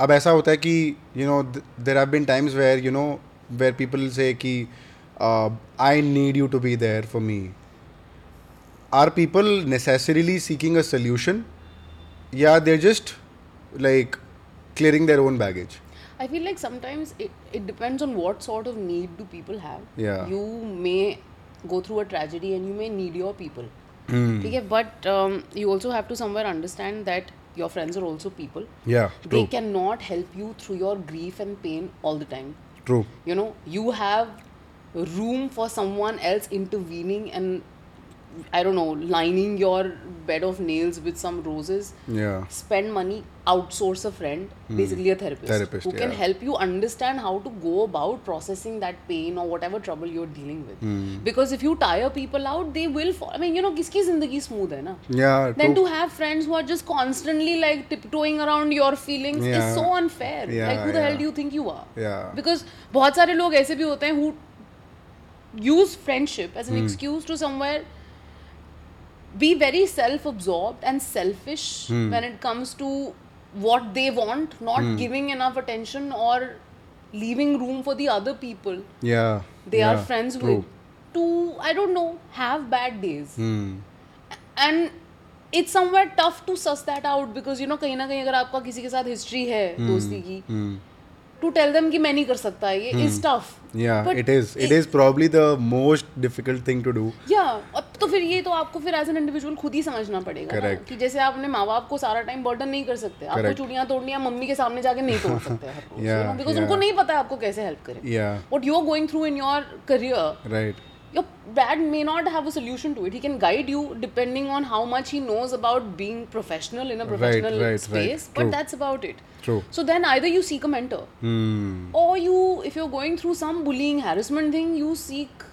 S2: अब ऐसा होता है कि you know there have been times where you know where people say कि uh, I need you to be there for me are people necessarily seeking a solution या they're just like clearing their own baggage
S1: I feel like sometimes it, it depends on what sort of need do people have.
S2: Yeah.
S1: You may go through a tragedy and you may need your people. Okay, but um, you also have to somewhere understand that your friends are also people.
S2: या
S1: They
S2: true
S1: cannot help you through your grief and pain all the time.
S2: True
S1: You know, you have room for someone else intervening and I don't know, lining your bed of nails with some roses.
S2: Yeah.
S1: Spend money, outsource a friend, basically a therapist,
S2: Hmm. Therapist,
S1: who can
S2: yeah.
S1: help you understand how to go about processing that pain or whatever trouble you're dealing with.
S2: Hmm.
S1: Because if you tire people out, they will fall. I mean, you know, kiski zindagi smooth hai na.
S2: Yeah.
S1: Then
S2: true.
S1: to have friends who are just constantly like tiptoeing around your feelings
S2: Yeah.
S1: is so unfair.
S2: Yeah,
S1: like who the hell
S2: yeah.
S1: do you think you are?
S2: Yeah.
S1: Because बहुत सारे लोग ऐसे भी होते हैं who use friendship as an excuse to somewhere be very self-absorbed and selfish when it comes to what they want, not giving enough attention or leaving room for the other people
S2: yeah.
S1: they
S2: yeah,
S1: are friends
S2: true.
S1: with to I don't know have bad days.
S2: Hmm.
S1: And it's somewhere tough to suss that out because you know कहीं ना कहीं अगर आपका किसी के साथ history है दोस्ती की
S2: Hmm.
S1: टू टेल देम कि मैं नहीं कर सकता ये is tough
S2: Yeah, it is. It is probably the most difficult thing to do.
S1: Yeah अब तो फिर ये तो आपको फिर एज एन इंडिविजुअल खुद ही समझना पड़ेगा ना,
S2: Correct.
S1: कि जैसे आप अपने माँ बाप को सारा टाइम बर्डन नहीं कर सकते आपको
S2: Correct.
S1: चूड़ियाँ तोड़नियाँ मम्मी के सामने जाके नहीं तोड़ सकते हर रोज
S2: Yeah,
S1: बिकॉज
S2: yeah.
S1: उनको नहीं पता है आपको कैसे हेल्प करें
S2: Yeah.
S1: What you are going through in your career
S2: Right.
S1: your dad may not have a solution to it. He can guide you depending on how much he knows about being professional in a
S2: Right,
S1: professional
S2: right, right.
S1: space, but
S2: True.
S1: that's about it.
S2: True.
S1: So then either you seek a mentor
S2: Hmm.
S1: or you if you're going through some bullying harassment thing, you seek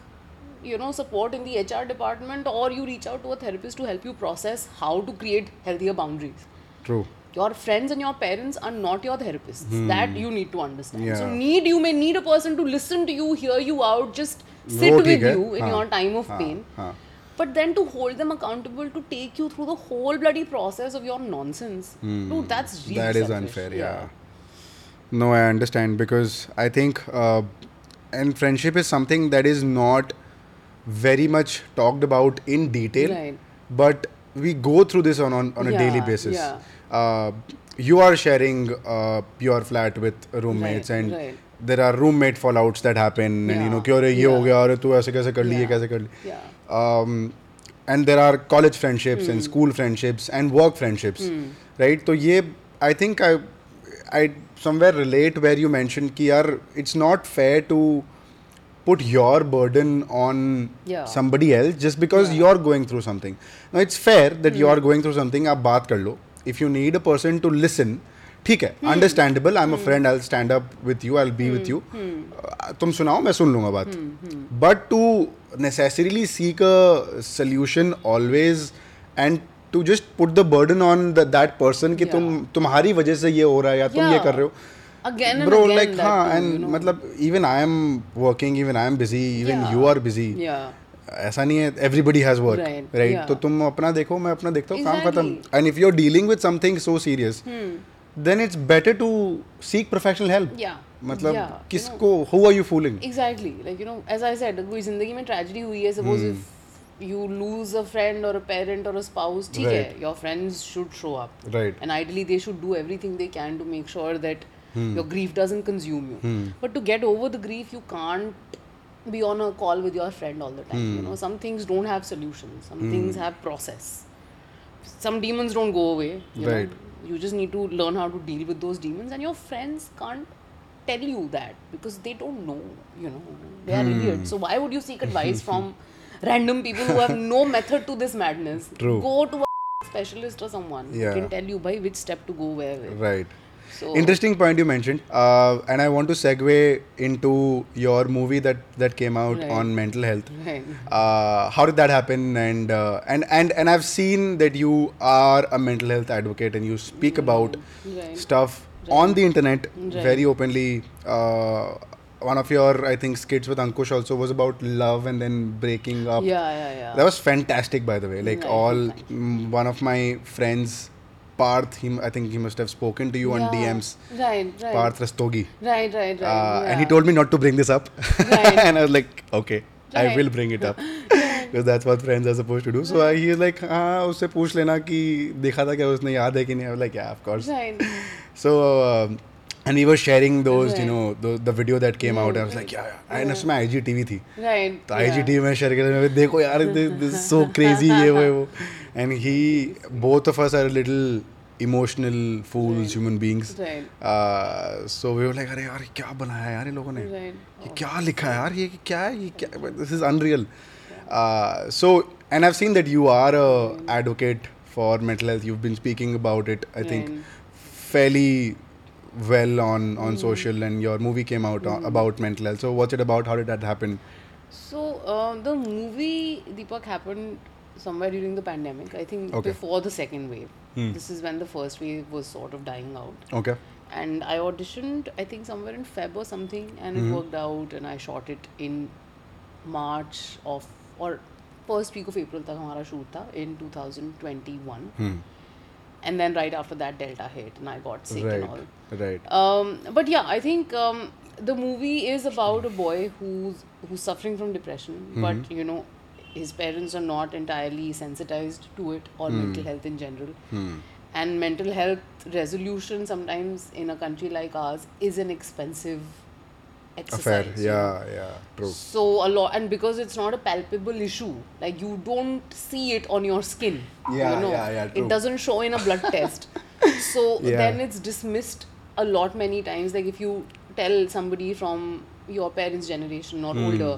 S1: you know support in the HR department or you reach out to a therapist to help you process how to create healthier boundaries.
S2: True.
S1: Your friends and your parents are not your therapists. That you need to understand. So
S2: Hmm. Yeah.
S1: need you may need a person to listen to you, hear you out, just sit
S2: वो
S1: with
S2: ठीक है,
S1: you in
S2: हाँ,
S1: your time of
S2: हाँ,
S1: pain.
S2: हाँ.
S1: But then to hold them accountable to take you through the whole bloody process of your nonsense, dude, that's really
S2: Hmm. that is
S1: selfish.
S2: unfair yeah. no i understand because i think uh, and friendship is something that is not very much talked about in detail
S1: Right.
S2: but we go through this on on, on a
S1: Yeah,
S2: daily basis
S1: yeah.
S2: uh, you are sharing uh, your flat with roommates
S1: Right,
S2: and
S1: right.
S2: there are roommate fallouts that happen and you know
S1: Yeah,
S2: कि अरे ये हो
S1: yeah.
S2: गया अरे तू ऐसे कैसे कर ली ये
S1: Yeah,
S2: कैसे कर ली
S1: yeah.
S2: um, and there are college friendships and school friendships and work friendships right so ye i think i i somewhere relate where you mentioned ki yaar it's not fair to put your burden on
S1: Yeah.
S2: somebody else just because you're going through something now it's fair that
S1: Hmm.
S2: you're going through something aap baat kar lo if you need a person to listen ठीक है
S1: Hmm.
S2: Understandable I am a friend I stand up with you I be with you
S1: Hmm.
S2: Uh, तुम सुनाओ मैं सुन लूंगा बात but to necessarily seek a solution always and to just put the burden on that person कि तुम तुम्हारी वजह से ये हो रहा है या तुम ये
S1: Yeah.
S2: कर रहे हो
S1: Again and
S2: bro
S1: again
S2: like
S1: that
S2: हाँ
S1: too,
S2: एंड
S1: you know.
S2: मतलब even I am working even I am busy even
S1: Yeah.
S2: You are busy
S1: Yeah.
S2: ऐसा नहीं है everybody has work
S1: Right,
S2: right
S1: yeah.
S2: तो तुम अपना देखो मैं अपना देखता हूँ काम
S1: Exactly. Hmm.
S2: खत्म and if you are dealing with something so serious then it's better to seek professional help
S1: Yeah.
S2: मतलब
S1: Yeah, you know.
S2: किसको who are you fooling
S1: exactly like you know as I said कोई जिंदगी में tragedy हुई है suppose if you lose a friend और a parent और a spouse ठीक है
S2: Right.
S1: Your friends should show up
S2: Right.
S1: And ideally they should do everything they can to make sure that
S2: Hmm.
S1: Your grief doesn't consume you but to get over the grief you can't be on a call with your friend all the time
S2: Hmm.
S1: you know some things don't have solutions some things have process some demons don't go away you know.
S2: Right.
S1: you just need to learn how to deal with those demons and your friends can't tell you that because they don't know you know they
S2: Hmm.
S1: are idiots so why would you seek advice from random people who have no method to this madness
S2: True.
S1: go to a specialist or someone
S2: Yeah.
S1: who can tell you by which step to go where with.
S2: Right.
S1: So-
S2: Interesting point you mentioned, uh, and I want to segue into your movie that that came out
S1: Right.
S2: on mental health.
S1: Right.
S2: Uh, how did that happen? And uh, and and and I've seen that you are a mental health advocate and you speak about
S1: Right.
S2: stuff on the internet
S1: Right.
S2: very openly. Uh, one of your I think skits with Ankush also was about love and then breaking up.
S1: yeah yeah yeah
S2: That was fantastic, by the way. Like
S1: Right,
S2: all,
S1: thank
S2: mm, one of my friends, Parth. He, I think he must have spoken to you on
S1: Yeah.
S2: DMs.
S1: right right
S2: Parth Rastogi,
S1: right right right
S2: uh, and he
S1: yeah.
S2: told me not to bring this up, and I was like, okay, I
S1: Right.
S2: will bring it up because that's what friends are supposed to do. So uh, he was like, हाँ उससे पूछ लेना कि देखा था क्या उसने याद है कि नहीं. I was like, yeah, of course.
S1: right
S2: So, um, and we were sharing those, you
S1: Right.
S2: know, the, the video that came out. I was like, yeah, yeah. and उसमें IGTV थी.
S1: right
S2: तो
S1: yeah.
S2: IGT में share कर रहे देखो यार this so crazy ये वो ये वो and he both of us are little emotional fools human beings
S1: Right.
S2: So we were like अरे यार ये क्या बनाया है यार ये लोगों ने
S1: Right.
S2: ये क्या लिखा है यार ये क्या है ये क्या this is unreal so And I've seen that you are a advocate for mental health. You've been speaking about it, I think,
S1: Right. Hmm.
S2: fairly well on on social. And your movie came out uh, about mental health. So what's it about? How did that happen?
S1: So uh, the movie Deepak happened somewhere during the pandemic. I think
S2: Okay. Hmm.
S1: before the second wave. This is when the first wave was sort of dying out.
S2: Okay.
S1: And I auditioned, I think somewhere in Feb or something, and it worked out. And I shot it in March of or first week of April तक हमारा shoot था in 2021.
S2: Hmm.
S1: And then right after that, Delta hit, and I got sick and all.
S2: Right. Right.
S1: Um, but yeah, I think um, the movie is about a boy who's who's suffering from depression, but you know, his parents are not entirely sensitized to it or mental health in general. And mental health resolution sometimes in a country like ours is an expensive
S2: Affair.
S1: exercise. you know.
S2: Yeah. Yeah. True.
S1: So a lot, and because it's not a palpable issue, like you don't see it on your skin.
S2: Yeah,
S1: you know?
S2: yeah, yeah, true.
S1: It doesn't show in a blood test. So
S2: Yeah.
S1: then it's dismissed a lot many times. Like if you tell somebody from your parents' generation
S2: Hmm.
S1: or older,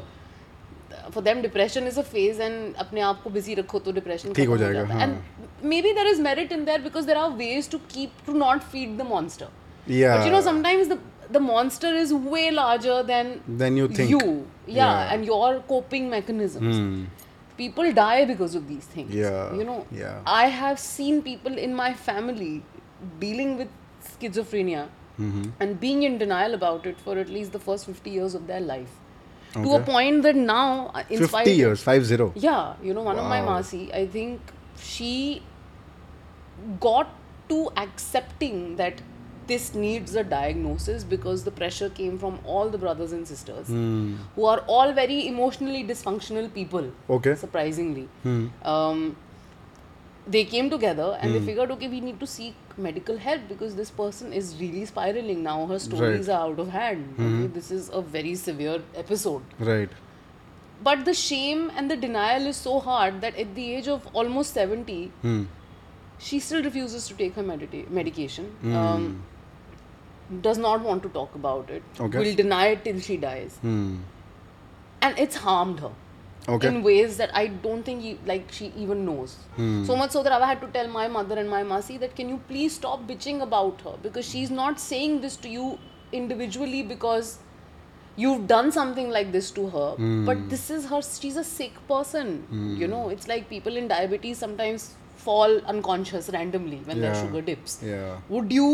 S1: for them depression is a phase, and अपने आप को busy रखो तो depression
S2: ठीक
S1: खत्म
S2: हो
S1: हो
S2: जाएगा,
S1: जाता है. And maybe there is merit in there because there are ways to keep to not feed the monster.
S2: Yeah.
S1: But you know, sometimes the the monster is way larger than
S2: Than you think.
S1: You, yeah,
S2: Yeah. Hmm.
S1: and your coping mechanisms. People die because of these things.
S2: Yeah,
S1: You know,
S2: yeah.
S1: I have seen people in my family dealing with schizophrenia
S2: Mm-hmm.
S1: and being in denial about it for at least the first 50 years of their life. To a
S2: Okay.
S1: point that now, uh, in spite
S2: Fifty years. Five zero.
S1: yeah, you know, one of my
S2: Wow.
S1: Masi, I think she got to accepting that this needs a diagnosis because the pressure came from all the brothers and sisters who are all very emotionally dysfunctional people.
S2: Okay.
S1: Surprisingly. Um, they came together and they figured, okay, we need to seek medical help because this person is really spiraling now. Her stories are out of hand. Okay, this is a very severe episode.
S2: Right.
S1: But the shame and the denial is so hard that at the age of almost 70,
S2: Hmm.
S1: she still refuses to take her medita- medication.
S2: Hmm.
S1: Um, does not want to talk about it.
S2: Okay.
S1: Will deny it till she dies.
S2: Hmm.
S1: And it's harmed her.
S2: Okay.
S1: In ways that I don't think e- like she even knows.
S2: Hmm.
S1: So much so that I had to tell my mother and my masi that can you please stop bitching about her because she's not saying this to you individually because you've done something like this to her
S2: Hmm.
S1: but this is her she's a sick person you know it's like people in diabetes sometimes fall unconscious randomly when their
S2: Yeah.
S1: sugar dips
S2: Yeah. Hmm.
S1: would you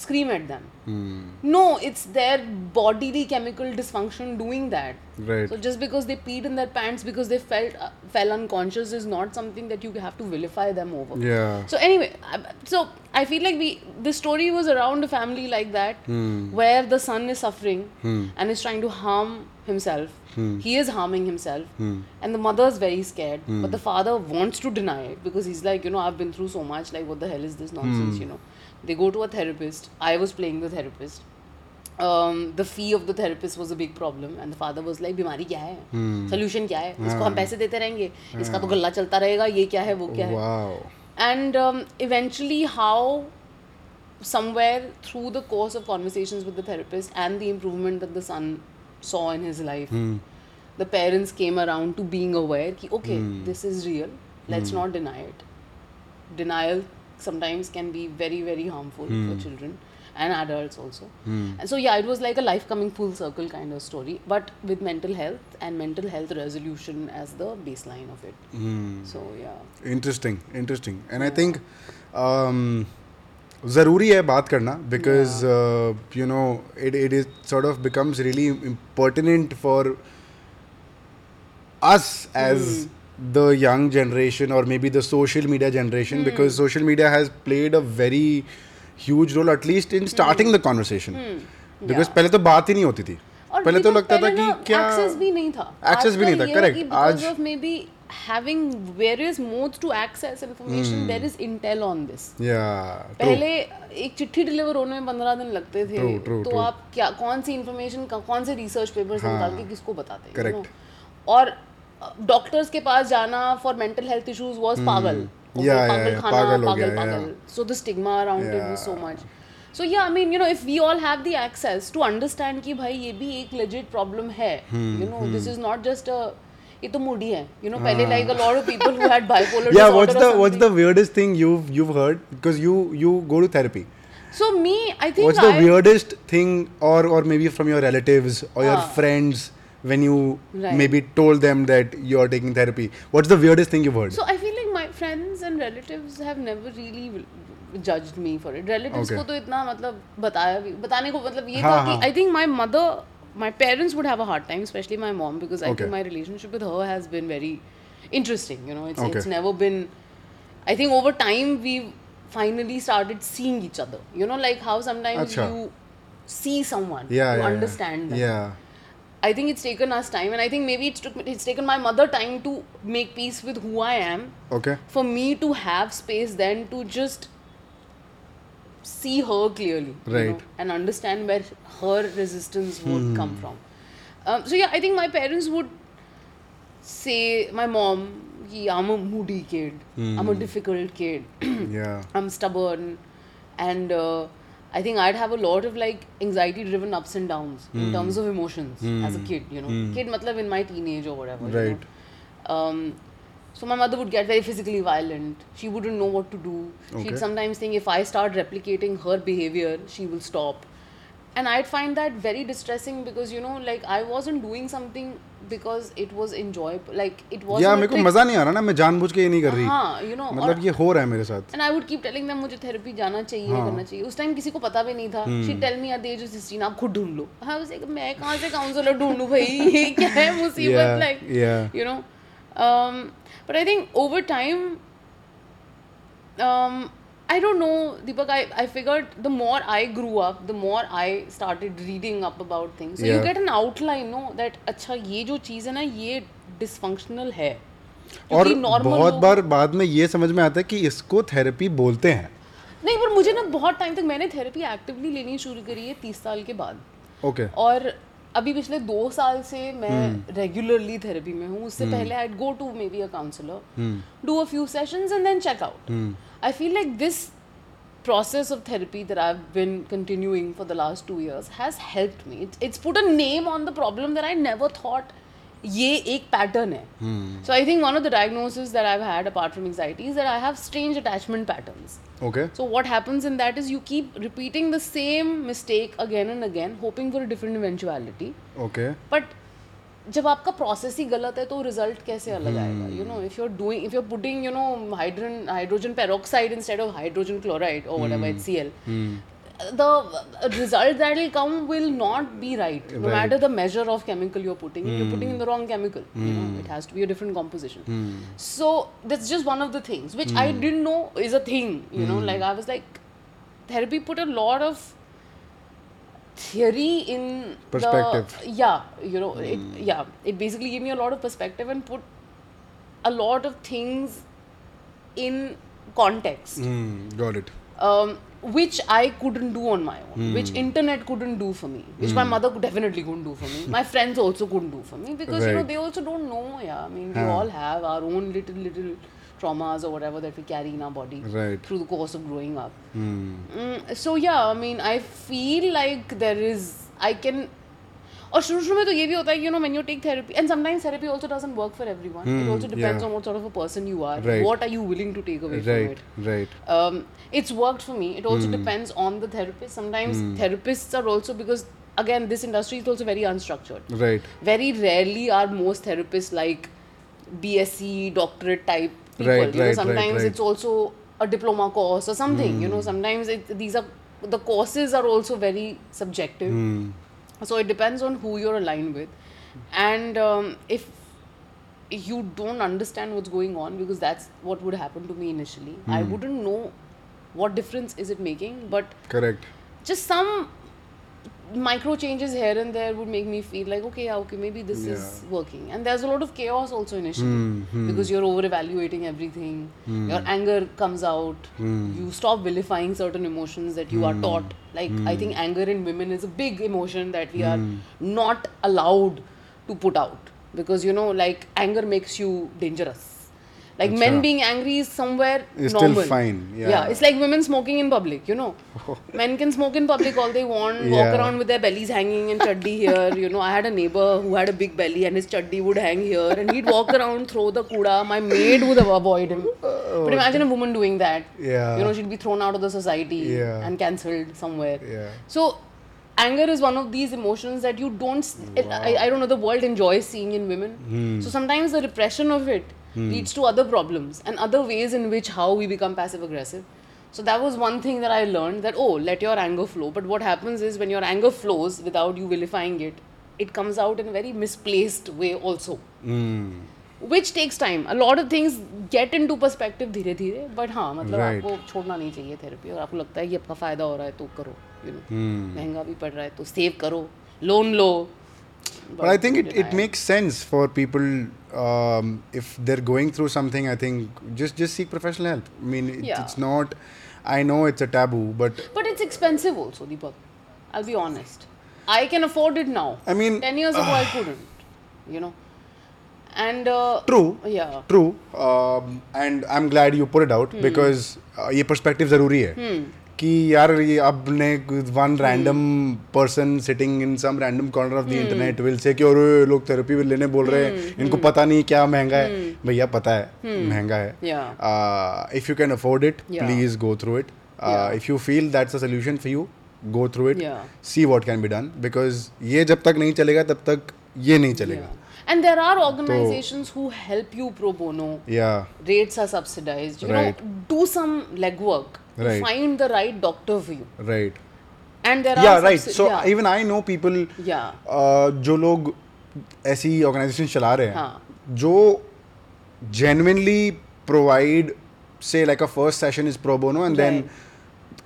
S1: scream at them no it's their bodily chemical dysfunction doing that
S2: Right.
S1: so just because they peed in their pants because they felt uh, fell unconscious is not something that you have to vilify them over
S2: Yeah.
S1: so anyway, I- so I feel like we the story was around a family like that
S2: Hmm.
S1: where the son is suffering and is trying to harm himself.
S2: Hmm.
S1: He is harming himself, and the mother is very scared.
S2: Hmm.
S1: But the father wants to deny it because he's like, you know, I've been through so much. Like, what the hell is this
S2: Hmm.
S1: nonsense? You know, they go to a therapist. I was playing the therapist. Um, the fee of the therapist was a big problem, and the father was like, "बीमारी क्या है?
S2: Hmm.
S1: Solution क्या है? इसको हम पैसे देते रहेंगे? इसका तो गल्ला चलता रहेगा. ये क्या है? वो क्या है?"
S2: Wow.
S1: and um, eventually how somewhere through the course of conversations with the therapist and the improvement that the son saw in his life the parents came around to being aware ki, okay this is real let's not deny it denial sometimes can be very very harmful for children and adults also and so yeah it was like a life coming full circle kind of story but with mental health and mental health resolution as the baseline of it so yeah
S2: interesting interesting and I think um, ज़रूरी है बात करना uh, because you know it it is sort of becomes really impertinent for us as
S1: Hmm.
S2: the young generation or maybe the social media generation because social media has played a very huge role at least in starting the conversation because
S1: Hmm. Yeah.
S2: पहले तो बात ही नहीं होती थी
S1: और
S2: पहले तो
S1: because
S2: लगता था
S1: पहले
S2: कि
S1: ना
S2: क्या
S1: access भी नहीं था
S2: Access भी नहीं था, correct.
S1: आज
S2: आज-
S1: of may be having various modes to access
S2: Hmm.
S1: information there is intel on this
S2: yeah true
S1: पहले एक चिट्ठी डिलीवर होने में पंद्रह दिन लगते थे
S2: True, true,
S1: तो
S2: true.
S1: आप क्या कौन सी इंफॉर्मेशन कौन से रिसर्च पेपर्स निकाल के किसको बताते you
S2: हाँ, correct.
S1: know? और डॉक्टर्स के पास जाना for mental health issues was पागल Okay,
S2: Hmm. Yeah, yeah,
S1: पागल
S2: yeah,
S1: खाना
S2: पागल हो
S1: पागल
S2: गया, yeah.
S1: पागल so the stigma around it was so
S2: Yeah.
S1: much so yeah i mean you know if we all have the
S2: Hmm,
S1: access to understand कि भाई ये भी एक legit problem है you know this is not just a ये तो moody है you know पहले like a lot of people who had bipolar
S2: हाँ. yeah what's the what's the weirdest thing you've you've heard because you you go to therapy
S1: so me I think
S2: what's the weirdest thing or or maybe from your relatives or your friends when you
S1: Ah. Right.
S2: maybe told them that you're taking therapy what's the weirdest thing you've heard
S1: So I feel like my friends and relatives have never really judged me for it. Relatives
S2: Okay.
S1: को तो इतना मतलब बताया भी बताने को मतलब ये
S2: हाँ,
S1: था कि
S2: हाँ.
S1: I think my mother, my parents would have a hard time, especially my mom, because I
S2: Okay.
S1: think my relationship with her has been very interesting. You know, it's
S2: Okay.
S1: it's never been. I think over time we finally started seeing each other. You know, like how sometimes
S2: Acha.
S1: you see someone,
S2: yeah,
S1: you
S2: yeah
S1: understand
S2: yeah.
S1: them.
S2: yeah
S1: I think it's taken us time, and I think maybe it's took it's taken my mother time to make peace with who I am
S2: okay
S1: for me to have space then to just see her clearly you
S2: Right.
S1: know, and understand where her resistance would come from um, so yeah i think my parents would say my mom "Ki, i'm a moody kid i'm a difficult kid
S2: yeah
S1: i'm stubborn and uh, i think i'd have a lot of like anxiety driven ups and downs in
S2: Hmm.
S1: terms of emotions as a kid you know kid matlab in my teenage or whatever you know.
S2: Right.
S1: Um, so my mother would get very physically violent. She wouldn't know what to do.
S2: Okay.
S1: She'd sometimes think if I start replicating her behavior, she will stop. And I'd find that very distressing because you know, like I wasn't doing something because it was enjoyable. Like it was.
S2: yeah मेरे को मजा नहीं आ रहा ना मैं जानबूझ के ये नहीं कर रही
S1: हाँ you know. और
S2: मतलब ये हो रहा है मेरे साथ
S1: and I would keep telling them मुझे therapy जाना चाहिए
S2: हाँ।
S1: करना चाहिए उस टाइम किसी को पता भी नहीं था
S2: हम्म।
S1: she tell me at the age of 16 आप खुद ढूंढ लो हाँ उसे मैं कहाँ से counselor ढूंढूं भाई ये क्या है मुसीबत
S2: Yeah,
S1: like
S2: yeah.
S1: you know um, but I think over time um, I don't know Deepak I, I figured the more I grew up the more I started reading up about things so you
S2: Yeah.
S1: get an outline no that अच्छा ये जो चीज़ है ना ये dysfunctional है
S2: और
S1: क्योंकि normal
S2: बहुत
S1: लोग-
S2: बार बाद में ये समझ में आता है कि इसको थेरेपी बोलते हैं
S1: नहीं पर मुझे ना बहुत टाइम तक मैंने थेरेपी एक्टिवली लेनी शुरू करी है तीस साल के बाद
S2: ओके
S1: और अभी पिछले दो साल से मैं रेगुलरली थेरेपी में हूँ उससे पहले I go to maybe a counsellor do a few sessions and then check out I feel like this process of therapy that i've been continuing for the last 2 years has helped me it's, it's put a name on the problem that i never thought ये एक pattern है so I think one of the diagnosis that I have had apart from anxiety is that I have strange attachment patterns
S2: okay
S1: So what happens in that is you keep repeating the same mistake again and again, hoping for a different eventuality.
S2: Okay
S1: But जब आपका process ही गलत है तो result कैसे अलग आएगा you know if you are doing if you are putting you know hydrogen hydrogen peroxide instead of hydrogen chloride और whatever it's CL the result that will come will not be right, no
S2: Right.
S1: matter the measure of chemical you're putting in you're putting in the wrong chemical you know it has to be a different composition so that's just one of the things which i didn't know is a thing you know like i was like therapy put a lot of theory in the-
S2: Perspective. Hmm.
S1: yeah you know it yeah it basically gave me a lot of perspective and put a lot of things in context
S2: Hmm, got it
S1: um, which I couldn't do on my own, which
S2: Hmm.
S1: internet couldn't do for me, which my mother definitely couldn't do for me. My friends also couldn't do for me because you know
S2: Right.
S1: they also don't know. Yeah, I mean we all have our own little little traumas or whatever that we carry in our body
S2: Right.
S1: through the course of growing up.
S2: Hmm.
S1: Mm, so yeah, I mean I feel like there is I can. और शुरू शुरू में तो ये भी होता है you know man you take therapy and sometimes therapy also doesn't work for every one it also depends
S2: Hmm, yeah.
S1: On what sort of a person you are
S2: Right.
S1: What are you willing to take away from
S2: right
S1: it
S2: right
S1: um, it's worked for me. It
S2: Hmm.
S1: also depends on the therapist. Sometimes therapists are also because again this industry is also very unstructured.
S2: Right
S1: Very rarely are most therapists like BSc doctorate type people.
S2: Right,
S1: you know,
S2: right,
S1: sometimes
S2: right, Hmm. right.
S1: it's also a diploma course or something. You know, sometimes it, these are the courses are also very subjective.
S2: Hmm.
S1: So it depends on who you're aligned with, and um, if you don't understand what's going on because that's what would happen to me initially.
S2: Hmm.
S1: I wouldn't know what difference is it making, but
S2: correct
S1: just some micro changes here and there would make me feel like okay, yeah, okay, maybe this is
S2: Yeah. Mm-hmm.
S1: working. And there's a lot of chaos also initially because you're over evaluating everything.
S2: Mm.
S1: Your anger comes out. You stop vilifying certain emotions that you are
S2: Mm.
S1: taught. Like I think anger in women is a big emotion that we
S2: Mm.
S1: are not allowed to put out because you know like anger makes you dangerous Like men being angry is somewhere
S2: It's still
S1: normal.
S2: fine, yeah.
S1: it's like women smoking in public. You know, men can smoke in public all they want,
S2: Yeah.
S1: walk around with their bellies hanging and chaddi here. You know, I had a neighbor who had a big belly and his chaddi would hang here, and he'd walk around, throw the kuda. My maid would avoid him. But imagine a woman doing that.
S2: Oh, Yeah.
S1: You know, she'd be thrown out of the society
S2: Yeah.
S1: and cancelled somewhere.
S2: Yeah.
S1: So, anger is one of these emotions that you don't. s I, I don't know. The world enjoys seeing in women. So sometimes the repression of it leads to other problems and other ways in which how we become passive aggressive. So that was one thing that I learned that oh, let your anger flow. But what happens is when your anger flows without you vilifying it, it comes out in a very misplaced way also.
S2: Hmm.
S1: Which takes time. A lot of things get into perspective धीरे धीरे but हाँ मतलब
S2: Right.
S1: आपको छोड़ना नहीं चाहिए therapy और आपको लगता है कि आपका फ़ायदा हो रहा है तो करो यू नो
S2: Hmm.
S1: महंगा भी पड़ रहा है तो सेव करो लोन लो
S2: But I think it, it makes sense for people um, if they're going through something. I think just just seek professional help. I mean, it,
S1: Yeah.
S2: it's not. I know it's a taboo, but
S1: But it's expensive also, Deepak. I'll be honest. I can afford it now.
S2: I mean- ah.
S1: 10 years ago I couldn't, you know. And uh,
S2: True.
S1: Yeah.
S2: True. Um, and I'm glad you put it out
S1: Hmm.
S2: because uh, ये perspective ज़रूरी है कि यार ये अब ने
S1: Hmm.
S2: One random person sitting in some random corner of the
S1: Hmm.
S2: Internet will say कि और ये लोग थेरेपी भी लेने बोल रहे हैं इनको पता नहीं क्या महंगा है भैया पता है Uh, महंगा
S1: Hmm. Yeah.
S2: है if you can afford it
S1: Yeah.
S2: Please go through it
S1: Yeah.
S2: If you feel that's a solution for you go through it
S1: Yeah.
S2: See what can be done because ये जब तक नहीं चलेगा तब तक ये नहीं चलेगा
S1: yeah. And there are
S2: तो
S1: organizations who help you pro bono.
S2: या
S1: Rates are subsidized. You
S2: Right.
S1: know, do some legwork. to
S2: Right.
S1: Find the right doctor for you.
S2: Right
S1: And there
S2: yeah
S1: are
S2: right
S1: subsi-
S2: so
S1: yeah.
S2: even i know people
S1: Yeah.
S2: uh, जो लोग ऐसी organisation चला रहे हैं
S1: हाँ।
S2: जो genuinely provide से like a first session is pro bono and then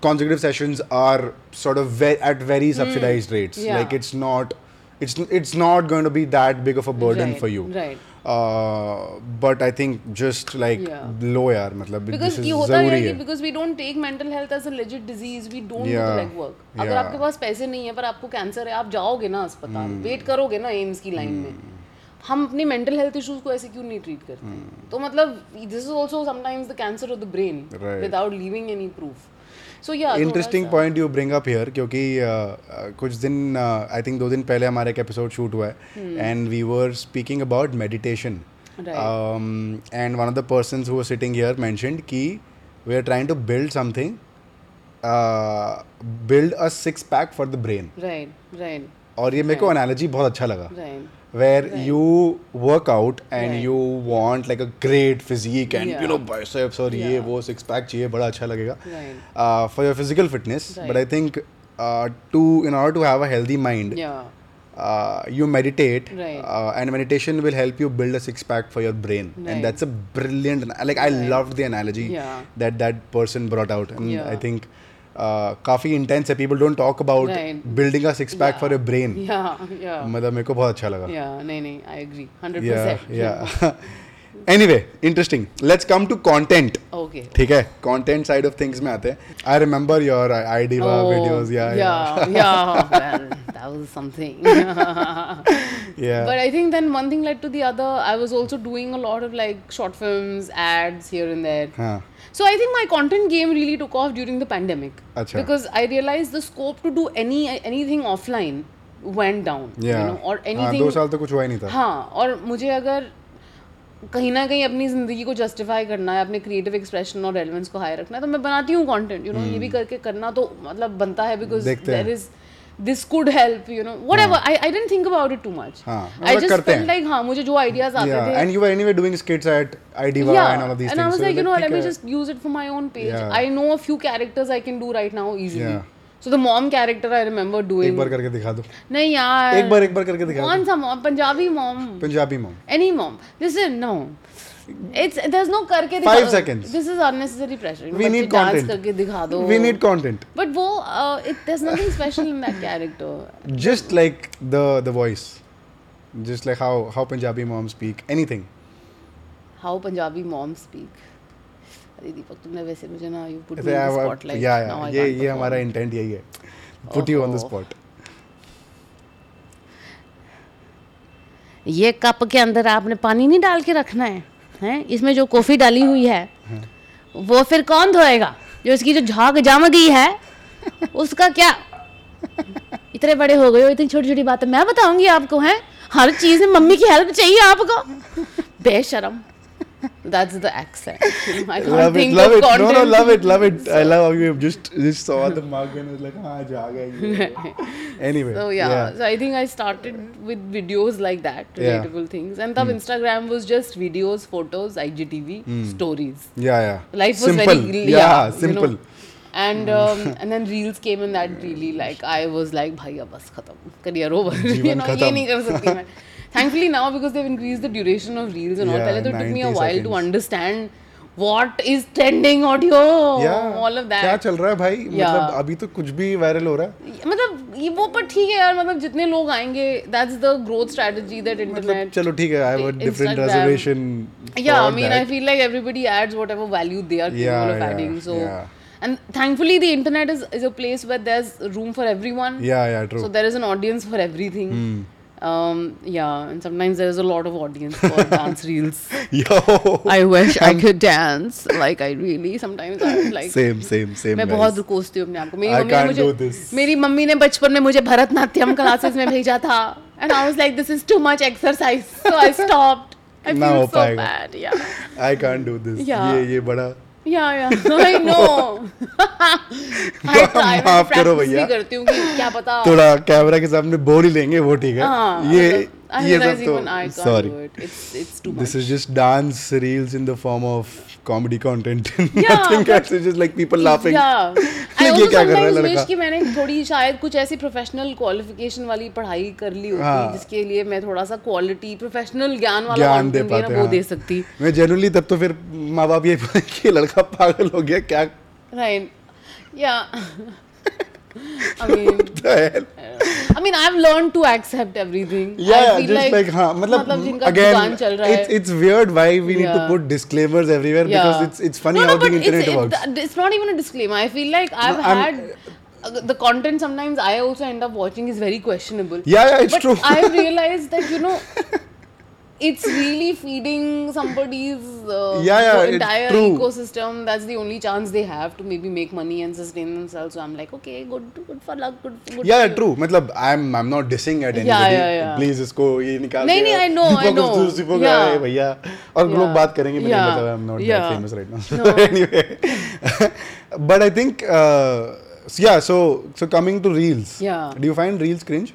S2: consecutive sessions are sort of ve- at very subsidized rates
S1: Hmm. yeah.
S2: like it's not it's it's not going to be that big of a burden
S1: Right,
S2: for you
S1: right.
S2: uh, but i think just like
S1: Yeah.
S2: low yaar matlab
S1: because
S2: this
S1: ये
S2: is
S1: होता है
S2: जरूरी
S1: कि
S2: है
S1: because we don't take mental health as a legit disease we don't do
S2: Yeah.
S1: The work अगर
S2: Yeah. Hmm.
S1: आपके पास पैसे नहीं है पर आपको कैंसर है आप जाओगे ना अस्पताल वेट करोगे ना एम्स की लाइन में हम अपने मेंटल हेल्थ इश्यूज को ऐसे क्यों नहीं ट्रीट करते
S2: Hmm.
S1: हैं तो मतलब this is also sometimes the cancer of the brain
S2: Right.
S1: Without leaving any proof so yeah
S2: interesting point you bring up here क्योंकि uh, uh, कुछ दिन आई थिंक दो दिन पहले हमारा एक एपिसोड शूट हुआ है and we were speaking about meditation
S1: Right.
S2: Um, and one of the person who sitting here mentioned कि we are trying to build something uh, build a six pack for the brain
S1: right right
S2: और ये मेरे को analogy बहुत अच्छा लगा
S1: right
S2: where you work out and
S1: Right.
S2: you want like a great physique and you
S1: Yeah.
S2: know biceps और ये
S1: Yeah.
S2: वो six pack चाहिए बड़ा अच्छा लगेगा
S1: Right.
S2: uh, for your physical fitness but I
S1: Right.
S2: think uh, to in order to have a healthy mind
S1: या
S2: uh, you meditate
S1: Right.
S2: uh, and meditation will help you build a six pack for your brain
S1: Right.
S2: and that's a brilliant ana- like I loved the analogy
S1: Yeah.
S2: that that person brought out and
S1: Yeah.
S2: I think uh, काफी intense है people don't talk about
S1: Right.
S2: building a six pack for your brain
S1: yeah yeah
S2: मतलब मेरे को बहुत अच्छा लगा
S1: या नहीं नहीं I agree 100%
S2: yeah yeah anyway interesting let's come to content
S1: okay
S2: ठीक है कंटेंट साइड ऑफ थिंग्स में आते हैं आई रिमेंबर योर आईडी वा वीडियोस या
S1: Oh, yeah, yeah, man, that was something. but
S2: या
S1: I think then one thing led to the other. I was also doing a lot of like short films, ads here and there.
S2: हां
S1: So I think my content game really took off during the pandemic
S2: Acha.
S1: because I realized the scope to do any anything offline went down.
S2: Yeah
S1: You know, or
S2: हां
S1: anything.
S2: दो साल तो कुछ हुआ ही नहीं था
S1: हाँ और मुझे अगर कहीं ना कहीं अपनी ज़िंदगी को जस्टिफाई करना है अपने क्रिएटिव एक्सप्रेशन और रेलेवेंस को हाई रखना है तो मैं बनाती हूँ कंटेंट यू नो ये भी करके करना तो मतलब बनता है बिकॉज
S2: हम्म। देखते हैं।
S1: There is this could help you know whatever I I didn't think about it too much
S2: हाँ,
S1: आई
S2: मतलब
S1: जस्ट
S2: करते हैं।
S1: लाइक हाँ मुझे जो आइडियाज आते
S2: yeah
S1: थे
S2: and you were anyway doing skits at id वा
S1: yeah
S2: and all of these
S1: and i
S2: things
S1: was
S2: so
S1: like you
S2: that
S1: know let
S2: ठीक
S1: me
S2: है.
S1: just use it for my own page
S2: Yeah.
S1: i know a few characters i can do right now easily
S2: Yeah.
S1: so the mom character i remember
S2: एक
S1: doing
S2: बार करके दिखा दो
S1: नहीं यार
S2: एक बार एक बार करके दिखा
S1: कौन सा मॉम पंजाबी मॉम
S2: दो Punjabi mom
S1: Any mom. Listen, no. It's there's no करके
S2: Five
S1: दिखा-
S2: seconds.
S1: This is unnecessary pressure.
S2: we
S1: बच्चे
S2: need
S1: dance
S2: content
S1: करके दिखा दो.
S2: we need content
S1: But वो uh, it there's nothing special in that character.
S2: just like the the voice just like how how punjabi moms speak anything
S1: How Punjabi moms speak. अरे दीपक तुमने वैसे मुझे ना you put me
S2: Yeah,
S1: in the
S2: well,
S1: spotlight.
S2: yeah,
S1: Now
S2: yeah.
S1: I
S2: ये
S1: can't
S2: ये
S1: perform.
S2: हमारा intent यही है पुट यू ऑन द
S1: ओहो।
S2: स्पॉट
S1: ये कप के अंदर आपने पानी नहीं डाल के रखना है
S3: है इसमें जो कॉफ़ी डाली हुई है वो फिर कौन धोएगा जो इसकी जो झाग जम गई है उसका क्या इतने बड़े हो गए हो इतनी छोटी छोटी बातें मैं बताऊंगी आपको हैं हर चीज़ में मम्मी की हेल्प चाहिए आपको बेशरम
S1: That's the accent. I can't
S2: Love it,
S1: think
S2: love
S1: of
S2: it. No,
S1: content.
S2: no, love it, love it. I love how you just just saw the mug and was like, ah, jaga. Anyway.
S1: So yeah. so I think I started with videos like that,
S2: Yeah. Hmm.
S1: relatable things, and then Instagram was just videos, photos, IGTV, stories.
S2: Yeah, yeah.
S1: Life was
S2: simple.
S1: very
S2: yeah,
S1: you know.
S2: simple.
S1: And um, and then reels came in that really like I was like bhaiya bas khatam career over you
S2: जीवन
S1: know ये
S2: खत्म.
S1: नहीं कर सकती मैं thankfully now because they've increased the duration of reels and all
S2: Yeah,
S1: पहले तो it took me a
S2: 90
S1: while to
S2: seconds.
S1: understand what is trending audio
S2: Yeah.
S1: Oh, all of that
S2: क्या चल रहा है भाई
S1: Yeah.
S2: मतलब अभी तो कुछ भी वायरल हो रहा है
S1: मतलब ये वो पर ठीक है यार मतलब जितने लोग आएंगे that's the growth strategy that
S2: मतलब
S1: इंटरनेट
S2: चलो ठीक है I have a different
S1: Instagram.
S2: Reservation
S1: या I mean I feel like everybody adds whatever value they are
S2: Yeah,
S1: capable of
S2: yeah,
S1: adding so
S2: yeah.
S1: And thankfully the internet is is a place where there is room for everyone
S2: yeah yeah true
S1: so there is an audience for everything
S2: Hmm.
S1: um yeah and sometimes there is a lot of audience for dance reels
S2: yo
S1: i wish i could dance like i really sometimes i'm like
S2: same same same
S1: मैं बहुत कोसती हूँ अपने आप को मेरी
S2: I
S1: मम्मी ने
S2: can't do
S1: मुझे
S2: this.
S1: मेरी मम्मी ने बचपन में मुझे भरतनाट्यम क्लासेस में भेजा था and I was like this is too much exercise so I stopped I
S2: ना
S1: फील
S2: हो
S1: सो
S2: पाएगा।
S1: Bad yeah
S2: I can't do this
S1: Yeah.
S2: ये ये बड़ा
S1: या या आई नो आई ट्राई
S2: माफ करो
S1: प्रैक्टिस भी
S2: भैया।
S1: करती हूँ कि क्या पता
S2: थोड़ा कैमरा के सामने बोल ही लेंगे वो ठीक है
S1: हाँ,
S2: ये
S1: मतलब, I
S2: ये
S1: realize
S2: सब
S1: even I
S2: तो
S1: can't
S2: sorry
S1: do it. It's- it's too
S2: This
S1: much.
S2: is just dance reels in the form of comedy content.
S1: Yeah,
S2: Nothing
S1: but-
S2: else. It's just like people laughing.
S1: Yeah. I
S2: ये
S1: also
S2: क्या कर रहा है
S1: sometimes
S2: लड़का?
S1: wish कि मैंने थोड़ी शायद कुछ ऐसी प्रोफेशनल क्वालिफिकेशन वाली पढ़ाई कर ली
S2: हाँ।
S1: होती जिसके लिए मैं थोड़ा सा क्वालिटी प्रोफेशनल ज्ञान वाला
S2: ज्ञान दे
S1: content भी है
S2: पाते
S1: ना वो
S2: हाँ।
S1: दे सकती
S2: मैं जनरली तब तो फिर माँ बाप ये बोले कि लड़का पागल हो गया क्या
S1: राइट या अगेन
S2: करता है
S1: I mean, I've learned to accept everything. I
S2: Yeah,
S1: feel
S2: just like, हाँ मतलब,
S1: मतलब जिनका दुकान
S2: again
S1: चल रहा है
S2: it's it's weird why we need to
S1: Yeah.
S2: put disclaimers everywhere
S1: Yeah.
S2: because it's it's funny
S1: no, no,
S2: how
S1: but
S2: the internet
S1: it's,
S2: works.
S1: It, it's not even a disclaimer. I feel like I've
S2: I'm-
S1: had uh, the content sometimes I also end up watching is very questionable.
S2: yeah, yeah, it's
S1: but
S2: true.
S1: I realized that you know, it's really feeding somebody's uh,
S2: Yeah, yeah,
S1: whole
S2: it's
S1: entire
S2: true.
S1: ecosystem. That's the only chance they have to maybe make money and sustain themselves. So I'm like, okay, good, good for luck, good, good.
S2: Yeah,
S1: for
S2: yeah, true. मतलब I'm I'm not dissing at anybody.
S1: Yeah, yeah, yeah.
S2: Please इसको ये निकाल
S1: नहीं,
S2: के
S1: नहीं, I know, I
S2: Deepak
S1: know.
S2: Abdul Deepak
S1: Yeah.
S2: आए भैया और लोग
S1: Yeah.
S2: बात करेंगे मुझे
S1: Yeah.
S2: पता है I'm not that
S1: Yeah.
S2: famous right now. So anyway, but I think uh, yeah. So so coming to reels.
S1: Yeah.
S2: Do you find reels cringe?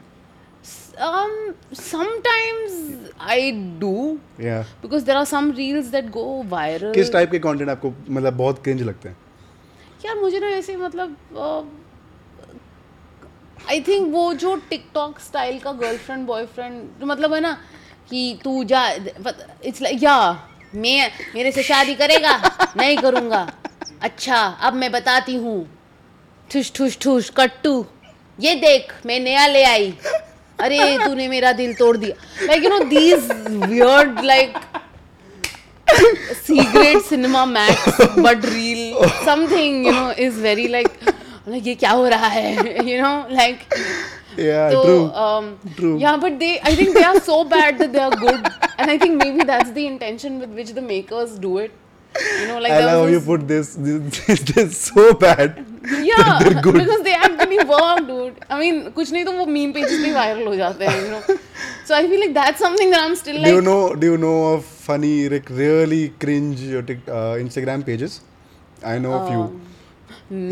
S1: Um, sometimes I do
S2: Yeah.
S1: because there are some reels that go viral.
S2: किस type के content आपको मतलब बहुत cringe लगते हैं
S1: यार मुझे ना ऐसे मतलब आई थिंक वो जो टिकटॉक स्टाइल का गर्लफ्रेंड बॉयफ्रेंड मतलब है ना कि तू जा इट्स लाइक या मैं मेरे से शादी करेगा नहीं करूँगा अच्छा अब मैं बताती हूँ ठुस ठुस ठुस कट्टू ये देख मैं नया ले आई अरे तूने मेरा दिल तोड़ दिया like you know these weird like secret cinema max but reel something you know is very like ये क्या हो रहा है you know like
S2: Yeah, true. True.
S1: तो yeah but they I think they are so bad that they are good and I think maybe that's the intention with which the makers do it you know
S2: I love how you
S1: like
S2: put this. This, this, this so bad.
S1: yeah because they actually work dude i mean कुछ नहीं तो वो meme pages भी viral हो जाते हैं you know so i feel like that's something that i'm still
S2: do you
S1: like
S2: know? Do you know of funny, like really cringe uh, Tik- uh, Instagram pages? I know a few.
S1: Um,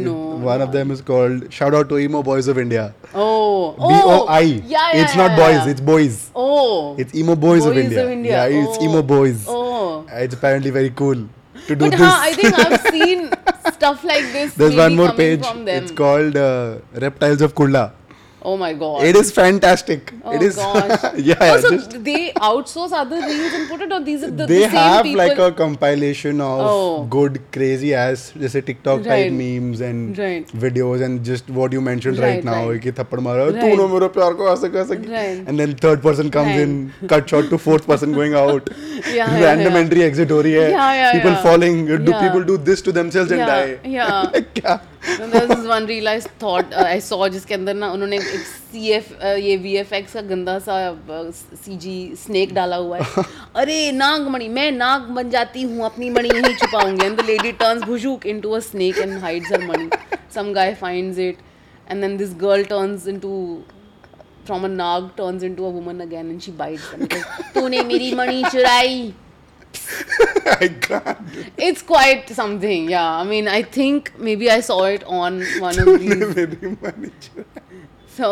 S1: no
S2: One of them is called shout out to emo boys of India.
S1: oh
S2: B O I.
S1: yeah, yeah
S2: It's not
S1: yeah,
S2: boys.
S1: yeah.
S2: It's boys.
S1: oh
S2: It's emo boys, of
S1: Boys
S2: India.
S1: of India.
S2: Yeah, it's
S1: Oh.
S2: emo boys.
S1: Oh.
S2: It's apparently very cool to do
S1: But
S2: this.
S1: huh, I think I've seen stuff like this.
S2: There's
S1: really
S2: one more
S1: coming
S2: page.
S1: From them.
S2: It's called uh, Reptiles of Kulla.
S1: oh my god.
S2: It is fantastic.
S1: Oh
S2: it is.
S1: gosh.
S2: yeah.
S1: Oh, so
S2: just-
S1: they outsource other reels and put it on these are the,
S2: they
S1: the same
S2: have
S1: people.
S2: like a compilation of
S1: Oh.
S2: good crazy ass जैसे TikTok type
S1: Right.
S2: memes and
S1: Right.
S2: videos and just what you mentioned right,
S1: Right,
S2: now
S1: right.
S2: कि थप्पड़ मारा तू
S1: Right.
S2: No मेरे प्यार को ऐसे कैसे
S1: Right.
S2: and then third person comes
S1: Right.
S2: in cut shot to fourth person going out
S1: yeah,
S2: random
S1: yeah.
S2: entry exit हो रही है
S1: Yeah, yeah,
S2: people
S1: yeah.
S2: falling do
S1: Yeah.
S2: people do this to themselves and
S1: Yeah,
S2: die
S1: yeah.
S2: क्या
S1: there was this one reel I thought uh, I saw जिसके अंदर ना उन्होंने एक CF uh, ये VFX का गंदा सा uh, सीजी स्नेक डाला हुआ है अरे नागमणि मैं नाग बन जाती हूँ अपनी मणि यहीं छुपाऊंगी एंड द लेडी टर्न्स भुजुक into a snake and hides her mani some guy finds it and then this girl turns into from a nag turns into a woman again and she bites them because तूने मेरी मणि चुराई
S2: I can't.
S1: it's quite something yeah i mean i think maybe i saw it on one of these
S2: मेरी मानी चुरा-
S1: so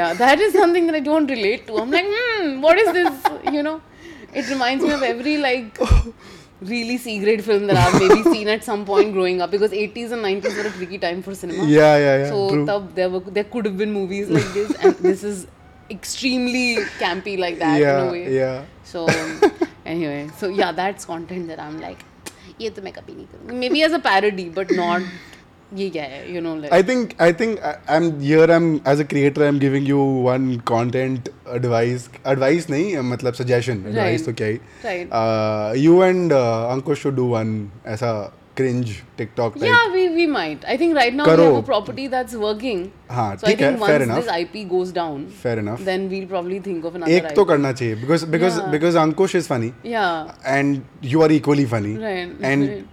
S1: yeah that is something that i don't relate to i'm like hmm what is this you know it reminds me of every like really c grade film that i've maybe seen at some point growing up because 80s and 90s were a tricky time for cinema
S2: Yeah, yeah, yeah.
S1: so
S2: true.
S1: tab, there were there could have been movies like this and this is extremely campy like that in a
S2: yeah,
S1: way
S2: yeah.
S1: So anyway, so yeah, that's content that I'm like, ये तो मैं कभी नहीं करूँगी. Maybe as a parody, but not ये क्या है, you know like.
S2: I think I think I, I'm here. I'm as a creator. I'm giving you one content advice. Advice नहीं मतलब suggestion. Advice
S1: Right.
S2: तो क्या ही.
S1: Right.
S2: Uh, you and uh, Ankush should do one ऐसा cringe TikTok type.
S1: yeah, we, we might. I think right now we
S2: करो.
S1: have a property that's working.
S2: हाँ,
S1: so I
S2: ठीक है,
S1: think once
S2: fair
S1: this
S2: enough.
S1: IP goes down,
S2: Fair enough.
S1: then we'll probably think of another
S2: एक तो
S1: IP.
S2: करना चाहिए because because
S1: Yeah.
S2: because Ankush is funny
S1: Yeah.
S2: and you are equally funny
S1: Right,
S2: and
S1: right.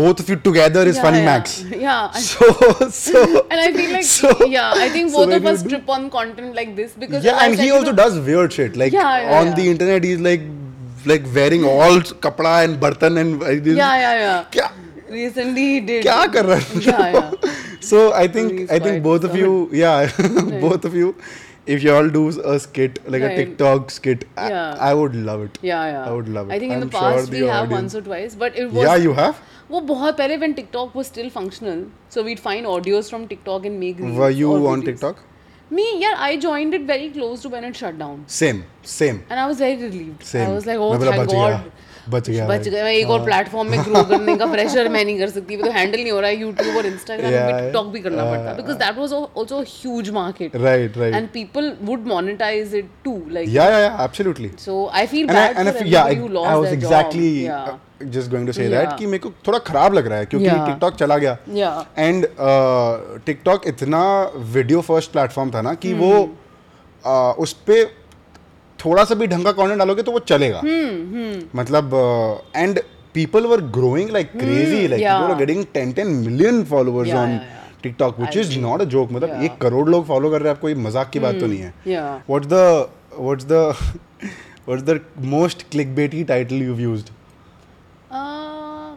S2: both of you together is
S1: yeah,
S2: funny
S1: yeah.
S2: max.
S1: Yeah. I-
S2: So so.
S1: and I feel like,
S2: So-
S1: yeah, I think
S2: so
S1: both
S2: maybe
S1: of
S2: we'll
S1: us
S2: do-
S1: trip on content like this because.
S2: yeah
S1: like I
S2: and
S1: said,
S2: he
S1: you
S2: also
S1: know-
S2: does weird shit like
S1: Yeah, yeah,
S2: on
S1: yeah.
S2: the internet he's like like wearing all kapda and bartan and uh,
S1: Yeah, yeah, yeah.
S2: क्या
S1: Recently he did.
S2: क्या कर रहा है
S1: Yeah, yeah.
S2: so i think
S1: He's
S2: i think
S1: quite
S2: both of you yeah both of you if you all do a skit like a
S1: Right.
S2: tiktok skit I,
S1: Yeah.
S2: I would love it
S1: Yeah, yeah.
S2: I would love it.
S1: I think in
S2: I'm
S1: the
S2: sure
S1: past we
S2: the
S1: have
S2: audience-
S1: once or twice, but it was
S2: yeah you have
S1: वो बहुत पहले when TikTok was still functional, so we'd find audios from TikTok and make reels
S2: were you
S1: or videos.
S2: on tiktok
S1: Me, yeah, I joined it very close to when it shut down,
S2: same same
S1: and I was very relieved.
S2: same
S1: I was like, oh
S2: मैं बोला,
S1: thank
S2: बच
S1: God.
S2: गया बच गया
S1: बच
S2: भाई।
S1: गए मैं एक और प्लेटफॉर्म में ग्रो करने का प्रेशर मैं नहीं कर सकती वो तो हैंडल नहीं हो रहा है यूट्यूब और इंस्टाग्राम
S2: Yeah,
S1: पे टिकटॉक भी करना
S2: yeah,
S1: पड़ता because that was also a huge market
S2: right right
S1: and people would monetise it too like
S2: yeah yeah yeah absolutely
S1: so I feel
S2: and I,
S1: bad
S2: and I,
S1: for
S2: feel- yeah,
S1: everybody who
S2: I, I
S1: lost
S2: was
S1: their
S2: exactly
S1: job
S2: uh, just going to say
S1: Yeah.
S2: that कि मेरे को थोड़ा खराब लग रहा है क्योंकि
S1: Yeah.
S2: TikTok चला गया
S1: Yeah.
S2: एंड टिकटॉक इतना वीडियो फर्स्ट प्लेटफॉर्म था ना कि वो
S1: Hmm.
S2: uh, उस पे थोड़ा सा भी ढंग का कंटेंट डालोगे तो वो चलेगा
S1: Hmm,
S2: मतलब and people were growing like crazy like
S1: Hmm, yeah.
S2: Were getting 10 10 million followers
S1: Yeah,
S2: on
S1: yeah, yeah.
S2: TikTok which is not a joke मतलब
S1: Yeah. Hmm.
S2: एक करोड़ लोग फॉलो कर रहे हैं आप कोई मजाक की बात तो नहीं है
S1: yeah.
S2: What's the what's the what's the most clickbaity title you've used,
S1: Uh,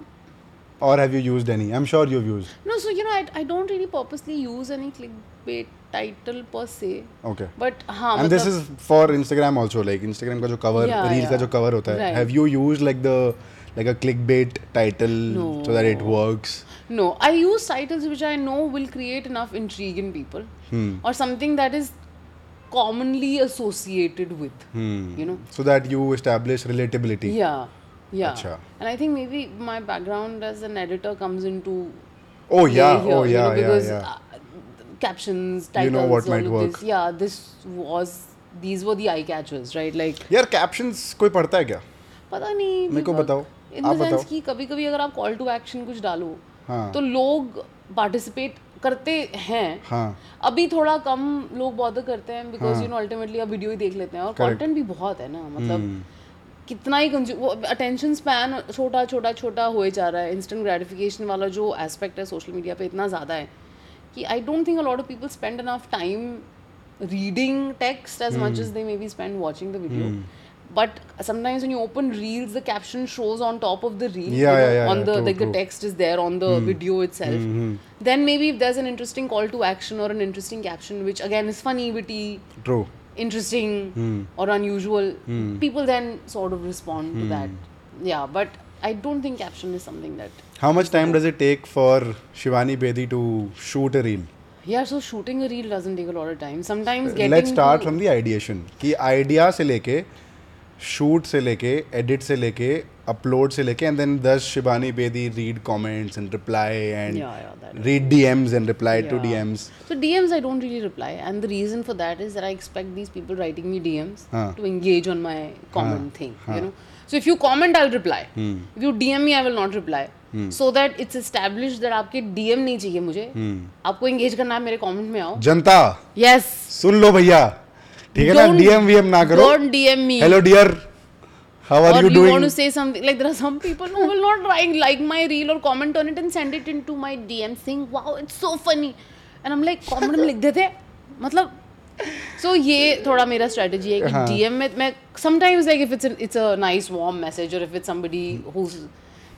S2: or have you used any? I'm sure you've used.
S1: no, so you know, I, I don't really purposely use any clickbait title per se.
S2: Okay.
S1: But हाँ
S2: and this
S1: मतलब-
S2: is for Instagram also. Like Instagram का जो cover,
S1: Yeah,
S2: reels का
S1: yeah.
S2: जो cover होता है.
S1: Right.
S2: Have you used like the like a clickbait title so that it works?
S1: no, I use titles which I know will create enough intrigue in people,
S2: Hmm.
S1: or something that is commonly associated with.
S2: Hmm.
S1: You know.
S2: So that you establish relatability.
S1: Yeah. Yeah.
S2: Acha.
S1: And I think maybe my background as an editor comes into.
S2: Oh
S1: play
S2: yeah.
S1: here,
S2: oh
S1: you know,
S2: yeah.
S1: because,
S2: yeah. Yeah.
S1: uh, captions,
S2: You
S1: titles,
S2: know what
S1: all
S2: might
S1: of
S2: work.
S1: this. Yeah, this was these were the eye catchers, right? Like
S2: यार captions कोई पढ़ता है क्या?
S1: पता नहीं
S2: मेरे को
S1: दीपक,
S2: बताओ,
S1: in
S2: आप
S1: the sense
S2: बताओ।
S1: कि कभी कभी अगर आप कॉल टू एक्शन कुछ डालो
S2: हाँ।
S1: तो लोग पार्टिसिपेट करते हैं
S2: हाँ.
S1: अभी थोड़ा कम लोग बॉदर करते हैं बिकॉज यू नो अल्टीमेटली अब वीडियो ही देख लेते हैं और
S2: Correct. हम्म।
S1: कंटेंट भी बहुत है ना मतलब कितना ही कंज्यू वो अटेंशन स्पैन छोटा छोटा छोटा होए जा रहा है इंस्टेंट ग्रेटिफिकेशन वाला जो एस्पेक्ट है सोशल मीडिया पे इतना ज़्यादा है कि I don't think a lot of people spend enough time reading text as much
S2: hmm.
S1: As they may be spend watching the video but sometimes when you open reels the caption shows on top of the reel
S2: Yeah,
S1: you know,
S2: yeah, yeah,
S1: on
S2: yeah,
S1: the
S2: true,
S1: like the
S2: true. Hmm.
S1: text is there on the video itself then maybe if there's an interesting call to action or an interesting caption which again is funny witty
S2: True.
S1: interesting
S2: Hmm.
S1: or unusual people then sort of respond to
S2: Hmm.
S1: that yeah but i don't think caption is something that
S2: How much time does it take for Shivani Bedi to shoot a reel?
S1: yeah so shooting a reel doesn't take a lot of time sometimes getting
S2: let's start
S1: to-
S2: from the ideation कि idea से लेके shoot से लेके edit से लेके upload से लेके and then दस Shibani Bedi read comments and reply
S1: Yeah, yeah, that
S2: and read DMs and reply to
S1: Yeah.
S2: DMs
S1: So DMs I don't really reply, and the reason for that is that I expect these people writing me DMs
S2: हाँ.
S1: to engage on my common thing,
S2: हाँ.
S1: you know. So if you comment, I'll reply. If you DM me, I will not reply. So that it's established that आपके DM नहीं चाहिए मुझे आपको engage करना है मेरे comment में आओ
S2: जनता
S3: यस
S2: सुन लो भैया ठीक है ना
S1: Don't-
S2: डीएम वीएम ना करो
S1: Don't DM me.
S2: Hello dear how
S1: or
S2: are
S1: you
S2: you
S1: want to
S2: doing
S1: say something like there are some people who will not like, like my reel or comment on it and send it into my DM saying wow it's so funny and I'm like comment में लिख देते मतलब so ये थोड़ा मेरा strategy है कि DM में मैं sometimes like if it's an, it's a nice warm message or if it's somebody who's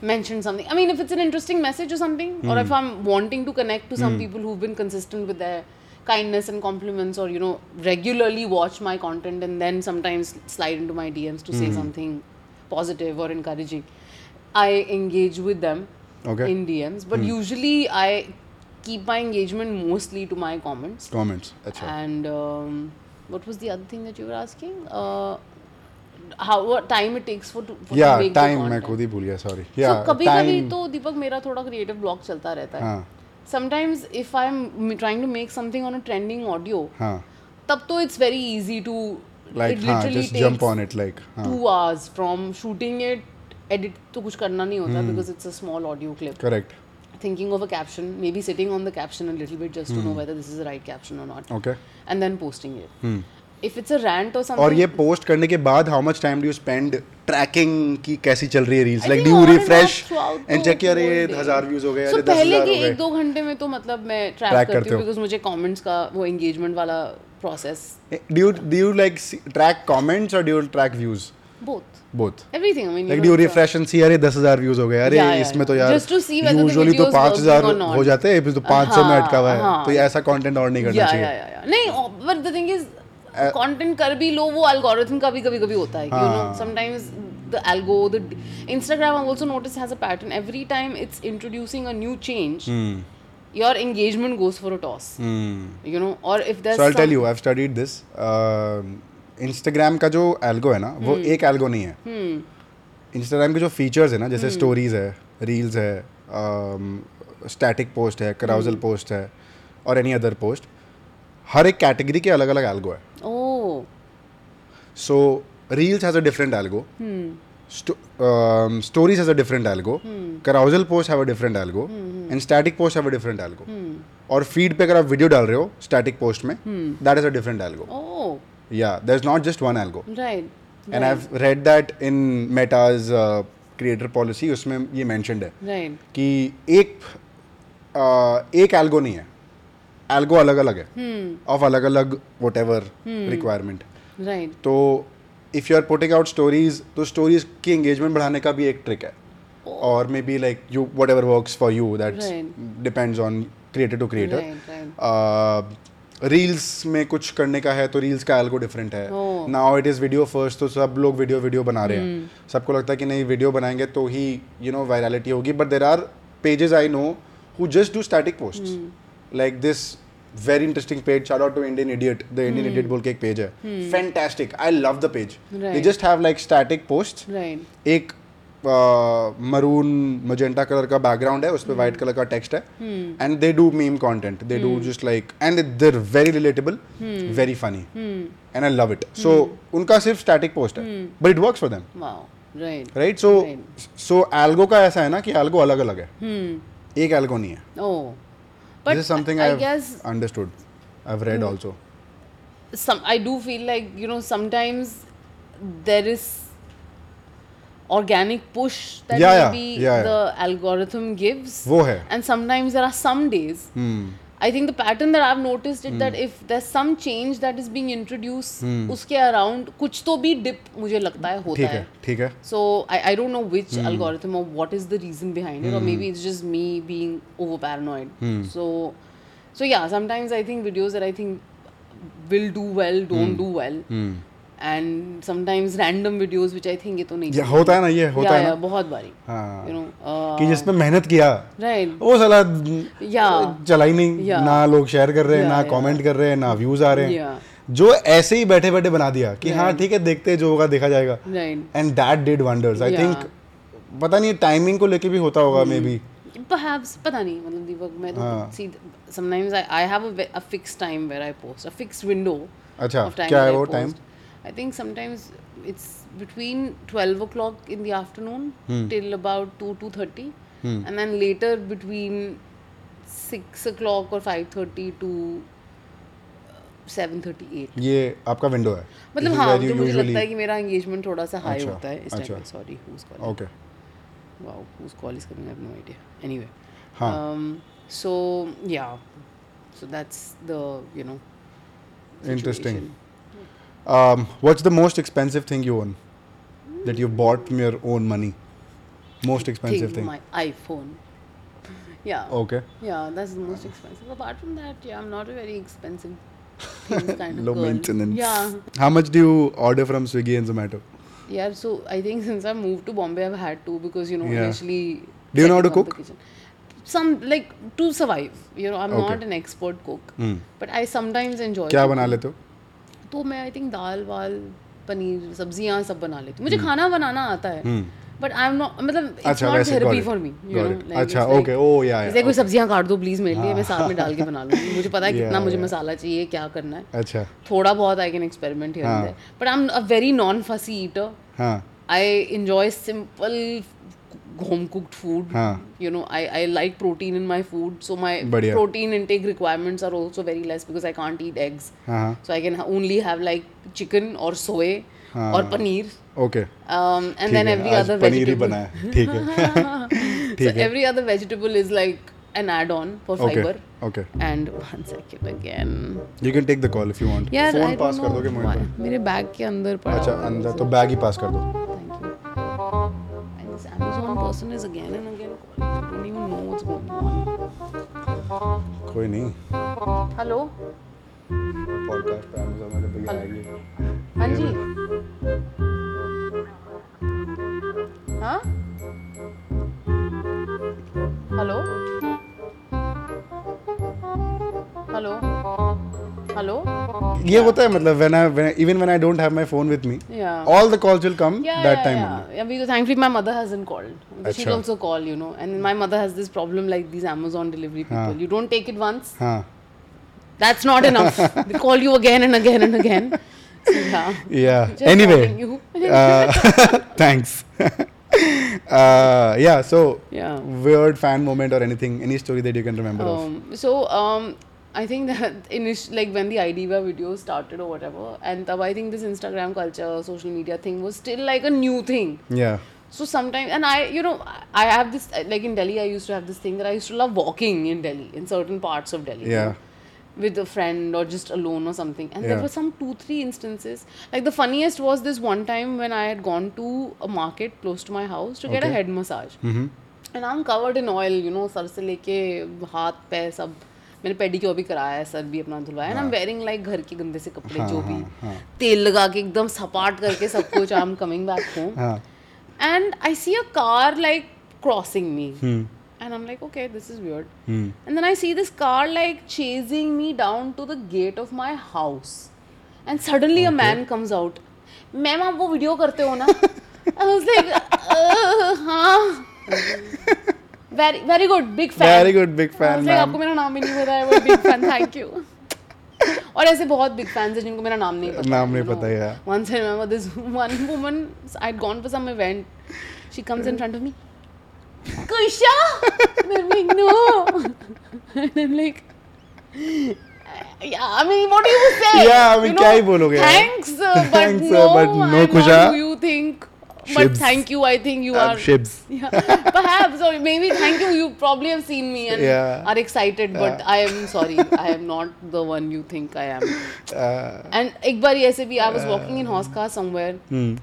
S1: mentioned something I mean if it's an interesting message or something or if I'm wanting to connect to some people who've been consistent with their kindness and compliments or you know regularly watch my content and then sometimes slide into my DMs to say something positive or encouraging I engage with them
S2: Okay.
S1: in DMs but usually I keep my engagement mostly to my comments
S2: comments अच्छा
S1: and um, what was the other thing that you were asking? Uh, how what time it takes for to for
S2: या
S1: to make the
S2: time मैं
S1: content.
S2: खुद ही भूल गया sorry
S1: So
S2: या
S1: कभी कभी
S2: टाइम
S1: तो दीपक मेरा थोड़ा क्रिएटिव ब्लॉक चलता रहता है
S2: हाँ
S1: sometimes if I am trying to make something on a trending audio
S2: हाँ
S1: तब तो it's very easy to
S2: like हाँ just jump on it like हाँ
S1: two hours from shooting it edit तो कुछ करना नहीं होता
S2: Hmm।
S1: Because it's a small audio clip
S2: correct
S1: thinking of a caption, maybe sitting on the caption a little bit just to know whether this is the right caption or not.
S2: Hmm. Okay. Hmm.
S1: And then posting it. If it's a rant or something.
S2: और ये post करने के बाद how much time do you spend tracking की कैसी चल रही है reels
S1: I
S2: like
S1: think
S2: do you
S1: on and
S2: refresh
S1: off throughout
S2: and
S1: the
S2: check यार ये
S1: whole day.
S2: 1000 व्यूज हो गए
S1: So
S2: यार
S1: पहले
S2: 10000
S1: के
S2: हो
S1: एक
S2: गए
S1: दो घंटे में तो मतलब मैं
S2: Track
S1: ट्रैक
S2: करते
S1: करती हूँ
S2: हो।
S1: बिकॉज मुझे कमेंट्स का वो एंगेजमेंट वाला process
S2: do you do you like track comments और do you track views
S1: both
S2: both
S1: everything I mean
S2: like do you refresh and see अरे 10000 व्यूज हो गए अरे
S1: Yeah, yeah,
S2: इसमें तो
S1: yeah.
S2: यार
S1: Just to see whether the
S2: usually तो
S1: video's working
S2: 5000
S1: or not.
S2: हो जाते हैं तो 500 में
S1: हाँ,
S2: अटका हुआ है
S1: हाँ.
S2: तो ये ऐसा कंटेंट और नहीं करना
S1: या या
S2: चाहिए Uh,
S1: या नहीं oh, but the thing is content कर भी लो वो एल्गोरिथम का भी कभी कभी होता है यू नो
S2: हाँ।
S1: Sometimes the algo the Instagram I also notice has a pattern every time it's introducing a new change
S2: Hmm.
S1: Your engagement goes for a toss you know और if
S2: so I tell
S1: there
S2: you I studied this Instagram uh, का जो algo है ना वो एक algo नहीं है Instagram के जो फीचर्स है ना जैसे स्टोरीज है रील्स है स्टैटिक पोस्ट है कराउजल पोस्ट है और एनी अदर पोस्ट हर एक कैटेगरी के अलग अलग एल्गो है
S1: oh
S2: so reels has a different algo um, stories has a different algo carousel post have a different algo and static post have a different algo और feed पे अगर आप वीडियो डाल रहे हो स्टैटिक पोस्ट में that is a different algo
S1: oh
S2: Yeah, there's not just one algo.
S1: Right
S2: And I've read that in Meta's uh, creator policy, उसमें ये mentioned है
S1: राइट
S2: कि एक uh, एक algo नहीं है algo अलग अलग
S1: Hmm.
S2: है ऑफ अलग अलग वट एवर रिक्वायरमेंट
S1: राइट
S2: तो if you are putting out stories तो स्टोरीज की एंगेजमेंट बढ़ाने का भी एक ट्रिक है और maybe like you whatever work for you that
S1: Oh. Right.
S2: Depends on creator to
S1: Right,
S2: creator reels Uh, में कुछ करने का है तो रील्स का एल्गो डिफरेंट है
S1: Oh.
S2: Now it is video first तो सब लोग वीडियो वीडियो बना रहे हैं
S1: Hmm.
S2: सबको लगता है कि नहीं वीडियो बनाएंगे तो ही यू नो वायरलिटी होगी but there are pages I know who just do static
S1: Hmm.
S2: Post like this very interesting page shout out to Indian idiot the Indian
S1: Hmm.
S2: Idiot बोल के एक पेज है fantastic I love the page they
S1: Right.
S2: Just have like static post
S1: right
S2: एक maroon magenta colour का background है उस पर white colour का टेक्स्ट है and they do meme content they do just like and there very relatable very funny and I love it so उनका सिर्फ static post है but it works for them
S1: wow right
S2: right so
S1: Right.
S2: So algo का ऐसा है ना कि algo अलग अलग है एक एल्गो नहीं है
S1: oh
S2: this
S1: but
S2: is something
S1: I
S2: I
S1: guess
S2: understood I have read also
S1: some i do feel like you know sometimes there is organic push that
S2: Yeah, yeah,
S1: maybe
S2: yeah, yeah.
S1: the algorithm gives
S2: वो है Hmm.
S1: and sometimes there are some days i think the pattern that i've noticed is that if there's some change that is being introduced uske around kuch to bhi dip mujhe lagta hai hota
S2: Hmm. ठीक
S1: hai
S2: है ठीक है
S1: so I, I don't know which
S2: Hmm.
S1: algorithm or what is the reason behind it, or maybe it's just me being over paranoid.
S2: Hmm.
S1: So, so yeah, sometimes I think videos that I think will do well don't
S2: Hmm.
S1: do well, and sometimes random videos which I think ये तो नहीं
S2: ये होता है ना ये होता
S1: yeah,
S2: है
S1: yeah,
S2: ना
S1: बहुत बारी
S2: हाँ।
S1: you know uh,
S2: कि जिसमें मेहनत किया
S1: right
S2: वो साला
S1: Yeah.
S2: चला ही नहीं
S1: Yeah.
S2: ना लोग शेयर कर रहे हैं
S1: Yeah,
S2: ना
S1: yeah.
S2: कमेंट कर रहे हैं ना व्यूज आ रहे हैं
S1: Yeah.
S2: जो ऐसे ही बैठे बैठे बना दिया कि हाँ ठीक है देखते हैं जो होगा देखा जाएगा
S1: right
S2: and that did wonders I
S1: Yeah.
S2: Think पता नहीं टाइमिंग को लेके भी होता होगा मे बी
S1: हम्म। perhaps पता नहीं मतलब दीपक मैं तो
S2: हाँ।
S1: see sometimes I I have a, ve- a fixed time where I post a fixed window
S2: अच्छा
S1: of time
S2: क्या
S1: that
S2: है
S1: I
S2: वो
S1: post.
S2: Time
S1: I think sometimes it's between 12 o'clock in the afternoon
S2: Hmm.
S1: till about 2 two thirty, and then later between 6 o'clock or 5.30 to uh, 7.30 8
S2: ये आपका window है
S1: मतलब हाँ जो मुझे लगता है कि मेरा एंगेजमेंट थोड़ा सा हाई
S2: अच्छा,
S1: होता है इस टाइम
S2: अच्छा।
S1: पे sorry whose call
S2: okay
S1: wow whose call is coming I have no idea anyway
S2: हाँ।
S1: um so yeah so that's the you know
S2: Interesting.
S1: situation.
S2: um what's the most expensive thing you own that you bought from your own money most expensive
S1: thing,
S2: thing Oh.
S1: my iPhone. Yeah.
S2: okay
S1: Yeah, that's the most expensive. Apart from that, yeah, I'm not a very expensive things kind of
S2: low
S1: girl.
S2: maintenance
S1: Yeah.
S2: how much do you order from swiggy and zomato
S1: Yeah, so I think since I moved to Bombay, I've had to because, you know,
S2: Yeah.
S1: initially.
S2: Do you know how to
S1: setting up
S2: cook?
S1: the kitchen. Some, like, to survive. You know, I'm
S2: Okay. Mm.
S1: not an expert cook.
S2: Hmm.
S1: But I sometimes enjoy.
S2: क्या
S1: cooking.
S2: बना लेते हो
S1: तो मैं I think दाल वाल पनीर सब्जियां सब बना लेती हूँ मुझे खाना बनाना आता है बट आई एम नॉट मतलब इट्स
S2: हम्म। अच्छा,
S1: नॉट
S2: वैसे, got
S1: therapy
S2: it,
S1: for me
S2: got it. अच्छा, okay, oh, yeah, yeah,
S1: कोई सब्जियां काट दो प्लीज मेरे लिए मैं साथ में डाल के बना लूंगी मुझे पता है
S2: Yeah,
S1: कितना मुझे
S2: yeah.
S1: मसाला चाहिए क्या करना है
S2: अच्छा
S1: थोड़ा बहुत आई कैन एक्सपेरिमेंट हियर
S2: हाँ।
S1: And there but I am a very non fussy eater
S2: हाँ
S1: I enjoy simple home cooked food
S2: हाँ।
S1: you know i i like protein in my food so my
S2: बढ़िया।
S1: protein intake requirements are also very less because i can't eat eggs
S2: हाँ हाँ
S1: so i can ha- only have like chicken or soy
S2: हाँ।
S1: or paneer
S2: okay
S1: um, and then every other
S2: paneer ही
S1: vegetable
S2: बना है ठीक है
S1: so
S2: ठीक है।
S1: every other vegetable is like an add-on for
S2: okay
S1: fiber
S2: okay
S1: and one second again
S2: you can take the call if you want
S1: यार
S2: phone
S1: I
S2: pass कर दोगे
S1: डोंट
S2: मुझे
S1: नो मेरे बैग के अंदर पड़ा
S2: अच्छा
S1: हुआ है।
S2: अंदर तो बैग ही पास कर दो
S1: thank you and this amazon person is again and again calling i don't even know what's going on
S2: कोई नहीं
S1: hello
S2: पॉडकास्ट पे Amazon वाले भैया आएंगे
S1: हाँ जी हाँ हेलो हेलो हेलो
S2: ये होता है मतलब when I even when I don't have my phone with me
S1: Yeah.
S2: All the calls will come
S1: Yeah,
S2: that
S1: yeah,
S2: time
S1: yeah. Because thankfully my mother hasn't called. She'll
S2: Acha.
S1: also call, you know. And my mother has this problem like these Amazon delivery people.
S2: हाँ.
S1: You don't take it once,
S2: हाँ
S1: that's not enough. they call you again and again and again. So, yeah.
S2: या
S1: Just calling
S2: anyway
S1: you.
S2: Uh, thanks yeah so
S1: Yeah.
S2: Uh, weird fan moment or anything any story that you can remember of
S1: Um, so um, I think that initial, like when the IDVA video started or whatever, and tab I think this Instagram culture, social media thing was still like a new thing.
S2: yeah
S1: So sometimes, and I, you know, I- I have this like in Delhi. I used to have this thing that I used to love walking in Delhi, in certain parts of Delhi. you
S2: Yeah.
S1: know, With a friend or just alone or something, and there
S2: Yeah.
S1: were some two three instances. Like the funniest was this one time when I had gone to a market close to my house to get a
S2: Okay.
S1: head
S2: Mm-hmm.
S1: massage. And I am covered in oil you know सर से लेके हाथ पैर सब मैंने pedicure भी कराया है सर भी अपना धुलवाया and I am wearing like घर के गंदे से कपड़े जो भी तेल लगा के एकदम सपाट करके सब कुछ I am coming back home
S2: हाँ
S1: and I see a car like crossing me
S2: Hmm.
S1: And I am like okay this is weird and then I see this car like chasing me down to the gate of my house and suddenly a man comes out ma'am आप वो video करते हो ना I was like "Uh, हाँ very very good big fan
S2: Very good, big fan, ma'am.
S1: आपको मेरा नाम ही नहीं पता है वो बिग फैन थैंक यू और ऐसे बहुत बिग फैंस हैं जिनको मेरा नाम नहीं पता
S2: नाम नहीं पता, yeah.
S1: Once I remember this one woman I had gone for some event she comes in front of me Kusha like no I am like Yeah, I mean, what do you say?
S2: Yeah, I mean, क्या ही बोलोगे यार?
S1: Thanks, uh, but
S2: Thanks,
S1: no,
S2: uh, but no,
S1: I'm
S2: Kusha.
S1: not who you think. But
S2: Shibs.
S1: thank you, I think you
S2: I'm
S1: are.
S2: Uh, shibs.
S1: Yeah, perhaps or maybe thank you you probably have seen me and
S2: Yeah.
S1: are excited but
S2: Yeah.
S1: i am sorry i am not the one you think i am
S2: uh,
S1: and ek bari aise bhi i was walking in hoska somewhere
S2: Hmm.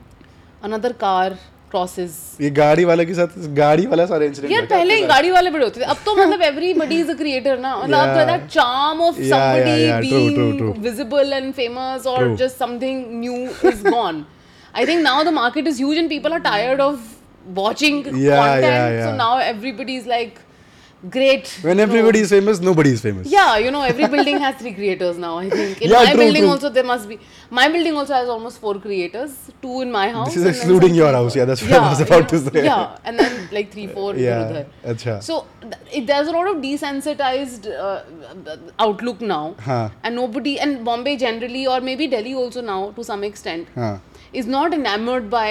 S1: another car crosses
S2: ये गाड़ी वाले के साथ गाड़ी वाला सारा incident
S1: यार पहले गाड़ी वाले बड़े होते थे अब तो मतलब एवरीबॉडी इज अ क्रिएटर ना मतलब
S2: Yeah.
S1: अब तो that charm of
S2: Yeah, yeah,
S1: somebody
S2: yeah. True, true, true.
S1: being visible and famous or
S2: True.
S1: just something new is gone i think now the market is huge and people are tired of watching
S2: yeah,
S1: content so
S2: yeah.
S1: now everybody is like great.
S2: When
S1: so-
S2: everybody is famous, nobody is famous.
S1: Yeah, you know, every building has three creators now, I think. In
S2: Yeah,
S1: my
S2: true,
S1: building
S2: true.
S1: also, there must be. My building also has almost four creators, two in my house.
S2: This is
S1: and then
S2: excluding
S1: some
S2: your
S1: people.
S2: house. Yeah, that's what I was
S1: you
S2: about to
S1: know,
S2: say.
S1: Yeah, and then like three, four.
S2: Yeah,
S1: Yeah.
S2: acha.
S1: So th- it- there's a lot of desensitized uh, outlook now.
S2: Huh.
S1: And nobody, and Bombay generally, or maybe Delhi also now to some extent,
S2: Huh.
S1: is not enamored by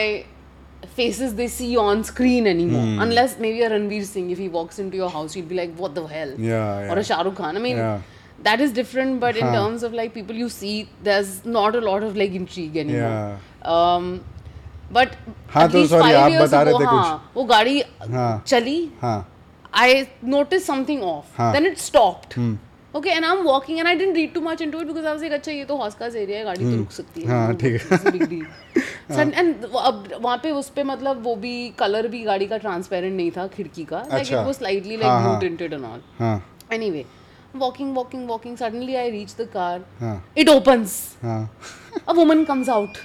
S1: faces they see on screen anymore.
S2: Hmm.
S1: Unless maybe a Ranveer Singh, if he walks into your house, you'd be like, what the hell?
S2: Yeah,
S1: Or a
S2: yeah.
S1: Shah Rukh Khan. I mean,
S2: Yeah. हाँ.
S1: that is different, but in
S2: Huh.
S1: terms of like people you see, there's not a lot of like intrigue anymore. Um, but
S2: हाँ,
S1: at
S2: तो
S1: least
S2: sorry,
S1: five
S2: आप
S1: years
S2: बता रहे
S1: ago,
S2: थे कुछ।
S1: हाँ, वो गाड़ी
S2: हाँ।
S1: चली
S2: Huh.
S1: I noticed something off.
S2: हाँ. हम्म।
S1: Then it stopped. Okay, and I'm walking and I didn't read too much into it because I was like, अच्छा ये तो हॉस्कास एरिया है गाड़ी तो रुक सकती है
S2: हाँ, ठीक है। हाँ।
S1: है एंड अब वहाँ पे उस पे मतलब वो भी कलर भी गाड़ी का ट्रांसपेरेंट नहीं था खिड़की का लाइक
S2: अच्छा।
S1: इट वाज स्लाइटली
S2: हाँ,
S1: लाइक ब्लू
S2: हाँ।
S1: Tinted and all
S2: Huh.
S1: Anyway walking walking walking suddenly i reach the car
S2: Huh.
S1: it opens
S2: Huh.
S1: a woman comes out.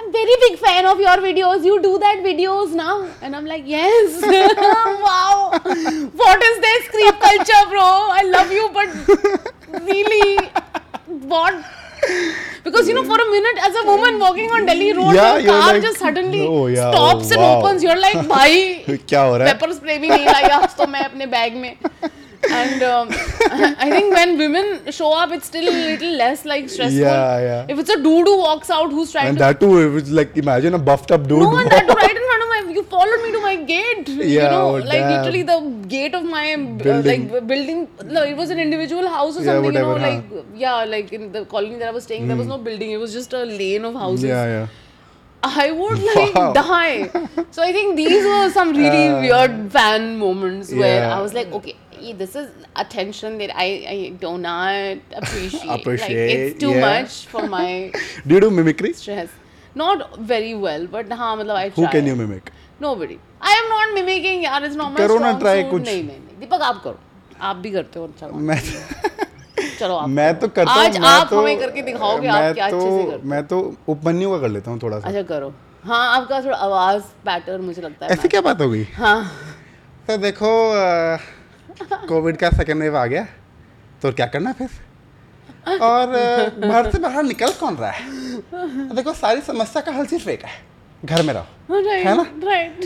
S1: I'm very big fan of your videos. You do that videos now, and I'm like, yes, wow. What is this creep culture, bro? I love you, but really, what? Because you know, for a minute, as a woman walking on Delhi road,
S2: Yeah,
S1: your
S2: you're
S1: car
S2: like,
S1: just suddenly
S2: no, yeah,
S1: stops and
S2: wow.
S1: opens. You're like, bhai,
S2: क्या हो रहा है?
S1: Pepper spray भी नहीं लाई आज तो मैं अपने बैग में um, and I think when women show up it's still little less like stressful
S2: Yeah, yeah.
S1: If it's a dude who walks out who trying
S2: And
S1: to
S2: that too, it was like imagine a buffed up dude.
S1: No one that right in front of my you followed me to my gate you
S2: Yeah,
S1: no
S2: oh,
S1: like
S2: damn.
S1: Literally the gate of my
S2: Building.
S1: Like building it was an individual house और
S2: Yeah,
S1: something you know
S2: whatever, Hmm.
S1: Like yeah like in the colony that I was staying there was no building it was just a lane of
S2: yeah,
S1: houses
S2: yeah.
S1: I would like
S2: Wow.
S1: die. So I think these were some really weird fan moments where
S2: yeah.
S1: I was like, okay, eh, this is attention that I, I do not appreciate. like,
S2: Appreciate,
S1: it's too
S2: yeah.
S1: much for my
S2: Do you do mimicry?
S1: stress. Not very well, but हाँ मतलब I
S2: Who
S1: try.
S2: can you mimic?
S1: Nobody. I am not mimicking यार it's not my
S2: करो ना
S1: strong
S2: try
S1: suit.
S2: कुछ।
S1: नहीं नहीं नहीं दीपक आप करो आप भी करते हो अच्छा काम।
S2: मैं
S1: चलो आप
S2: मैं तो करता हूँ
S1: आज
S2: मैं
S1: आप
S2: तो,
S1: हमें करके दिखाओगे
S2: मैं
S1: आप क्या अच्छे से
S2: तो-
S1: करते हो।
S2: मैं तो उपमन्यु का कर लेता हूँ थोड़ा सा
S1: अच्छा करो हाँ आपका थोड़ा आवाज पैटर्न मुझे लगता है
S2: ऐसी क्या बात हो गई
S1: हाँ
S2: तो देखो अ, कोविड का सेकेंड वेव आ गया तो क्या करना है फिर और अ, घर से बाहर निकल कौन रहा है देखो सारी समस्या का हल सिर्फ एक है घर में रहो
S1: Right.
S2: है ना?
S1: Right.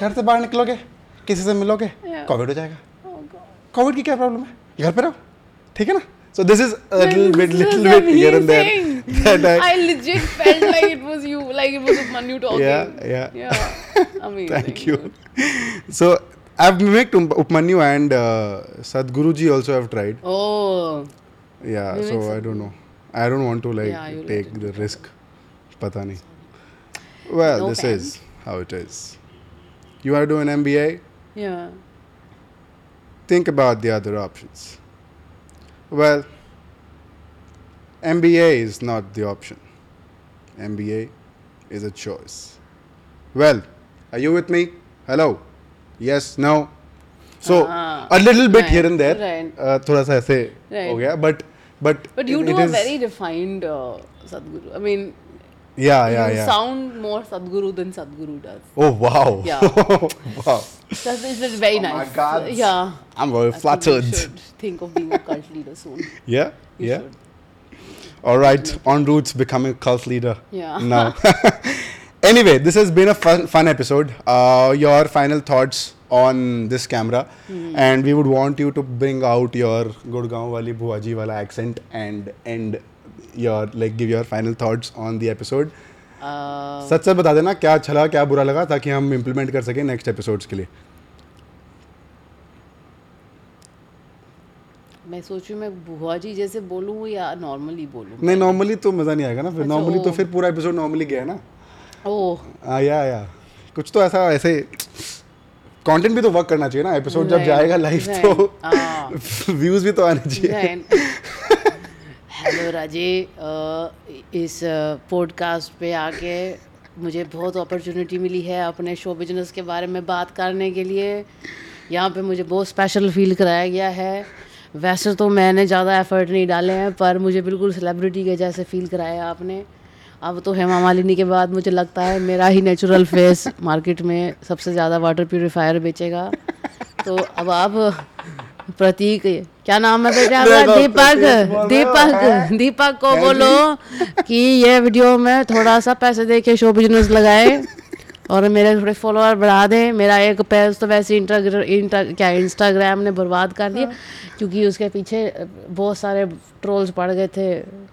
S2: घर से बाहर निकलोगे किसी से मिलोगे
S1: Yeah.
S2: कोविड हो जाएगा
S1: oh god.
S2: कोविड की क्या प्रॉब्लिम है घर पे रहो ठीक है ना so this is little
S1: This
S2: bit
S1: is
S2: little bit here and
S1: amazing.
S2: There
S1: I legit felt like it was you, like it was Manu talking.
S2: Yeah, yeah.
S1: Yeah. Amazing.
S2: Thank you. so I've mimicked Um- Upmanyu and uh, Sadhguruji also have tried.
S1: Oh.
S2: Yeah,
S1: Mimic
S2: so I don't know. I don't want to like
S1: Yeah, you'll
S2: take
S1: get
S2: the risk. Pata nahi. Well,
S1: No
S2: this
S1: offense.
S2: is how it is. You want to do an MBA?
S1: Yeah.
S2: Think about the other options. Well, MBA is not the option. MBA is a choice. Well, are you with me? Hello? Yes, no? So,
S1: Ah,
S2: a little bit
S1: right,
S2: here and there.
S1: right.
S2: Uh, thoda sa aise
S1: Right.
S2: ho gaya, but, but,
S1: But you
S2: it-
S1: do
S2: it
S1: a
S2: is-
S1: very refined uh, Sadhguru. I mean,
S2: Yeah, yeah,
S1: you
S2: yeah.
S1: sound more Sadhguru than Sadhguru does.
S2: oh, wow.
S1: Yeah.
S2: wow.
S1: That's it's just very
S2: Oh my
S1: nice.
S2: God.
S1: Yeah.
S2: I'm very
S1: I think you
S2: flattered.
S1: should think of being a cult leader soon.
S2: Yeah?
S1: You
S2: yeah?
S1: should.
S2: All right, en route's becoming a cult leader.
S1: Yeah.
S2: Now, anyway, this has been a fun, fun episode. Uh, your final thoughts on this camera,
S1: Hmm.
S2: and we would want you to bring out your Gurgaon wali Bhuaji wala accent and end your like give your final thoughts on the episode.
S1: Uh,
S2: सच सच बता देना क्या अच्छा लगा क्या बुरा लगा ताकि हम इम्प्लीमेंट कर सकें नेक्स्ट एपिसोड्स के लिए
S1: मैं सोचूं मैं बुआ जी जैसे बोलूं या नॉर्मली बोलूं
S2: नहीं नॉर्मली तो मज़ा नहीं आएगा ना फिर
S1: अच्छा,
S2: नॉर्मली तो
S1: ओ।
S2: फिर पूरा एपिसोड नॉर्मली गया ना
S1: ओह
S2: हाँ या या कुछ तो ऐसा ऐसे कंटेंट भी तो वर्क करना चाहिए ना एपिसोड जब
S1: Right,
S2: जाएगा लाइव
S1: right, हाँ।
S2: तो व्यूज भी तो आने चाहिए
S1: Then, हेलो राजे अ, इस पॉडकास्ट पे आके मुझे बहुत अपॉर्चुनिटी मिली है अपने शो बिजनेस के बारे में बात करने के लिए यहाँ पे मुझे बहुत स्पेशल फील कराया गया है वैसे तो मैंने ज़्यादा एफर्ट नहीं डाले हैं पर मुझे बिल्कुल सेलिब्रिटी के जैसे फील कराया आपने अब तो हेमा मालिनी के बाद मुझे लगता है मेरा ही नेचुरल फेस मार्केट में सबसे ज़्यादा वाटर प्योरीफायर बेचेगा तो अब आप प्रतीक क्या नाम है बेटा
S2: देखो,
S1: आपका?
S2: प्रतीक बोलो,
S1: दीपक दीपक
S2: हैं?
S1: दीपक को बोलो कि ये वीडियो में थोड़ा सा पैसे दे के शो बिजनेस लगाए और मेरे थोड़े फॉलोअर बढ़ा दें मेरा एक पेज तो वैसे इंटर, इंटर क्या इंस्टाग्राम ने बर्बाद कर दिया
S2: हाँ।
S1: क्योंकि उसके पीछे बहुत सारे ट्रोल्स पड़ गए थे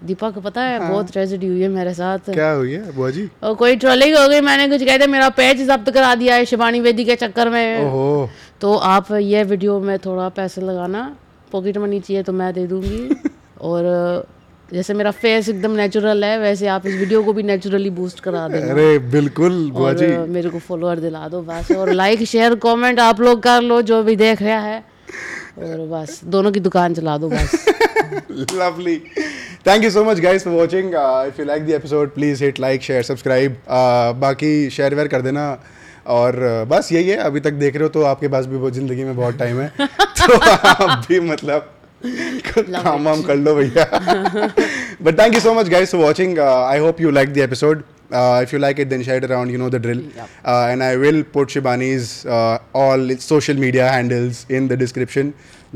S1: दीपक पता है बहुत ट्रेजिडी हुई है मेरे साथ
S2: हाँ। क्या हुई है बुआ जी
S1: और कोई ट्रोलिंग हो गई मैंने कुछ कह दिया मेरा पेज जब्त करा दिया है शिवानी बेदी के चक्कर में
S2: ओहो
S1: तो आप ये वीडियो में थोड़ा पैसे लगाना पॉकेट मनी चाहिए तो मैं दे दूंगी और जैसे मेरा फेस एकदम नेचुरल है वैसे आप इस वीडियो को भी नेचुरली बूस्ट करा देना
S2: अरे बिल्कुल बुआ
S1: और uh,
S2: जी
S1: मेरे को फॉलोअर दिला दो बस और लाइक शेयर कमेंट आप लोग कर लो जो भी देख रहा है और बस दोनों की दुकान चला दो बस
S2: lovely thank you so much guys for watching uh, if you like the episode please hit like share subscribe uh, बाकी शेयर वेयर कर देना और uh, बस यही है अभी तक देख रहे हो तो आपके पास भी बहुत जिंदगी में बहुत टाइम है तो आप भी मतलब काम वाम कर लो भैया but thank you so much guys for watching I hope you like the episode Uh, if you like it, then share it around. You know the drill. Uh, and I will put Shibani's uh, all its social media handles in the description.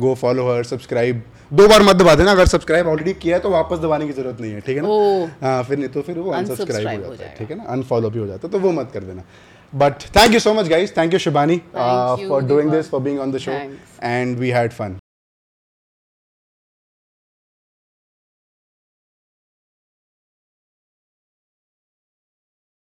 S2: Go follow her, subscribe. दो बार मत दबा देना अगर subscribe already किया है तो वापस दबाने की जरूरत नहीं है ठीक है
S4: ओ।
S2: ना हाँ फिर नहीं तो फिर वो
S4: Oh. Unsubscribe
S2: अनसब्सक्राइब हो
S4: हो
S2: जाता है
S4: जाएगा।
S2: ठीक है ना अनफॉलो भी हो जाता है तो वो मत कर देना but thank you so much guys thank you Shibani
S4: Thank you,
S2: for doing
S4: Deepak.
S2: This for being on the show
S4: Thanks.
S2: And we had fun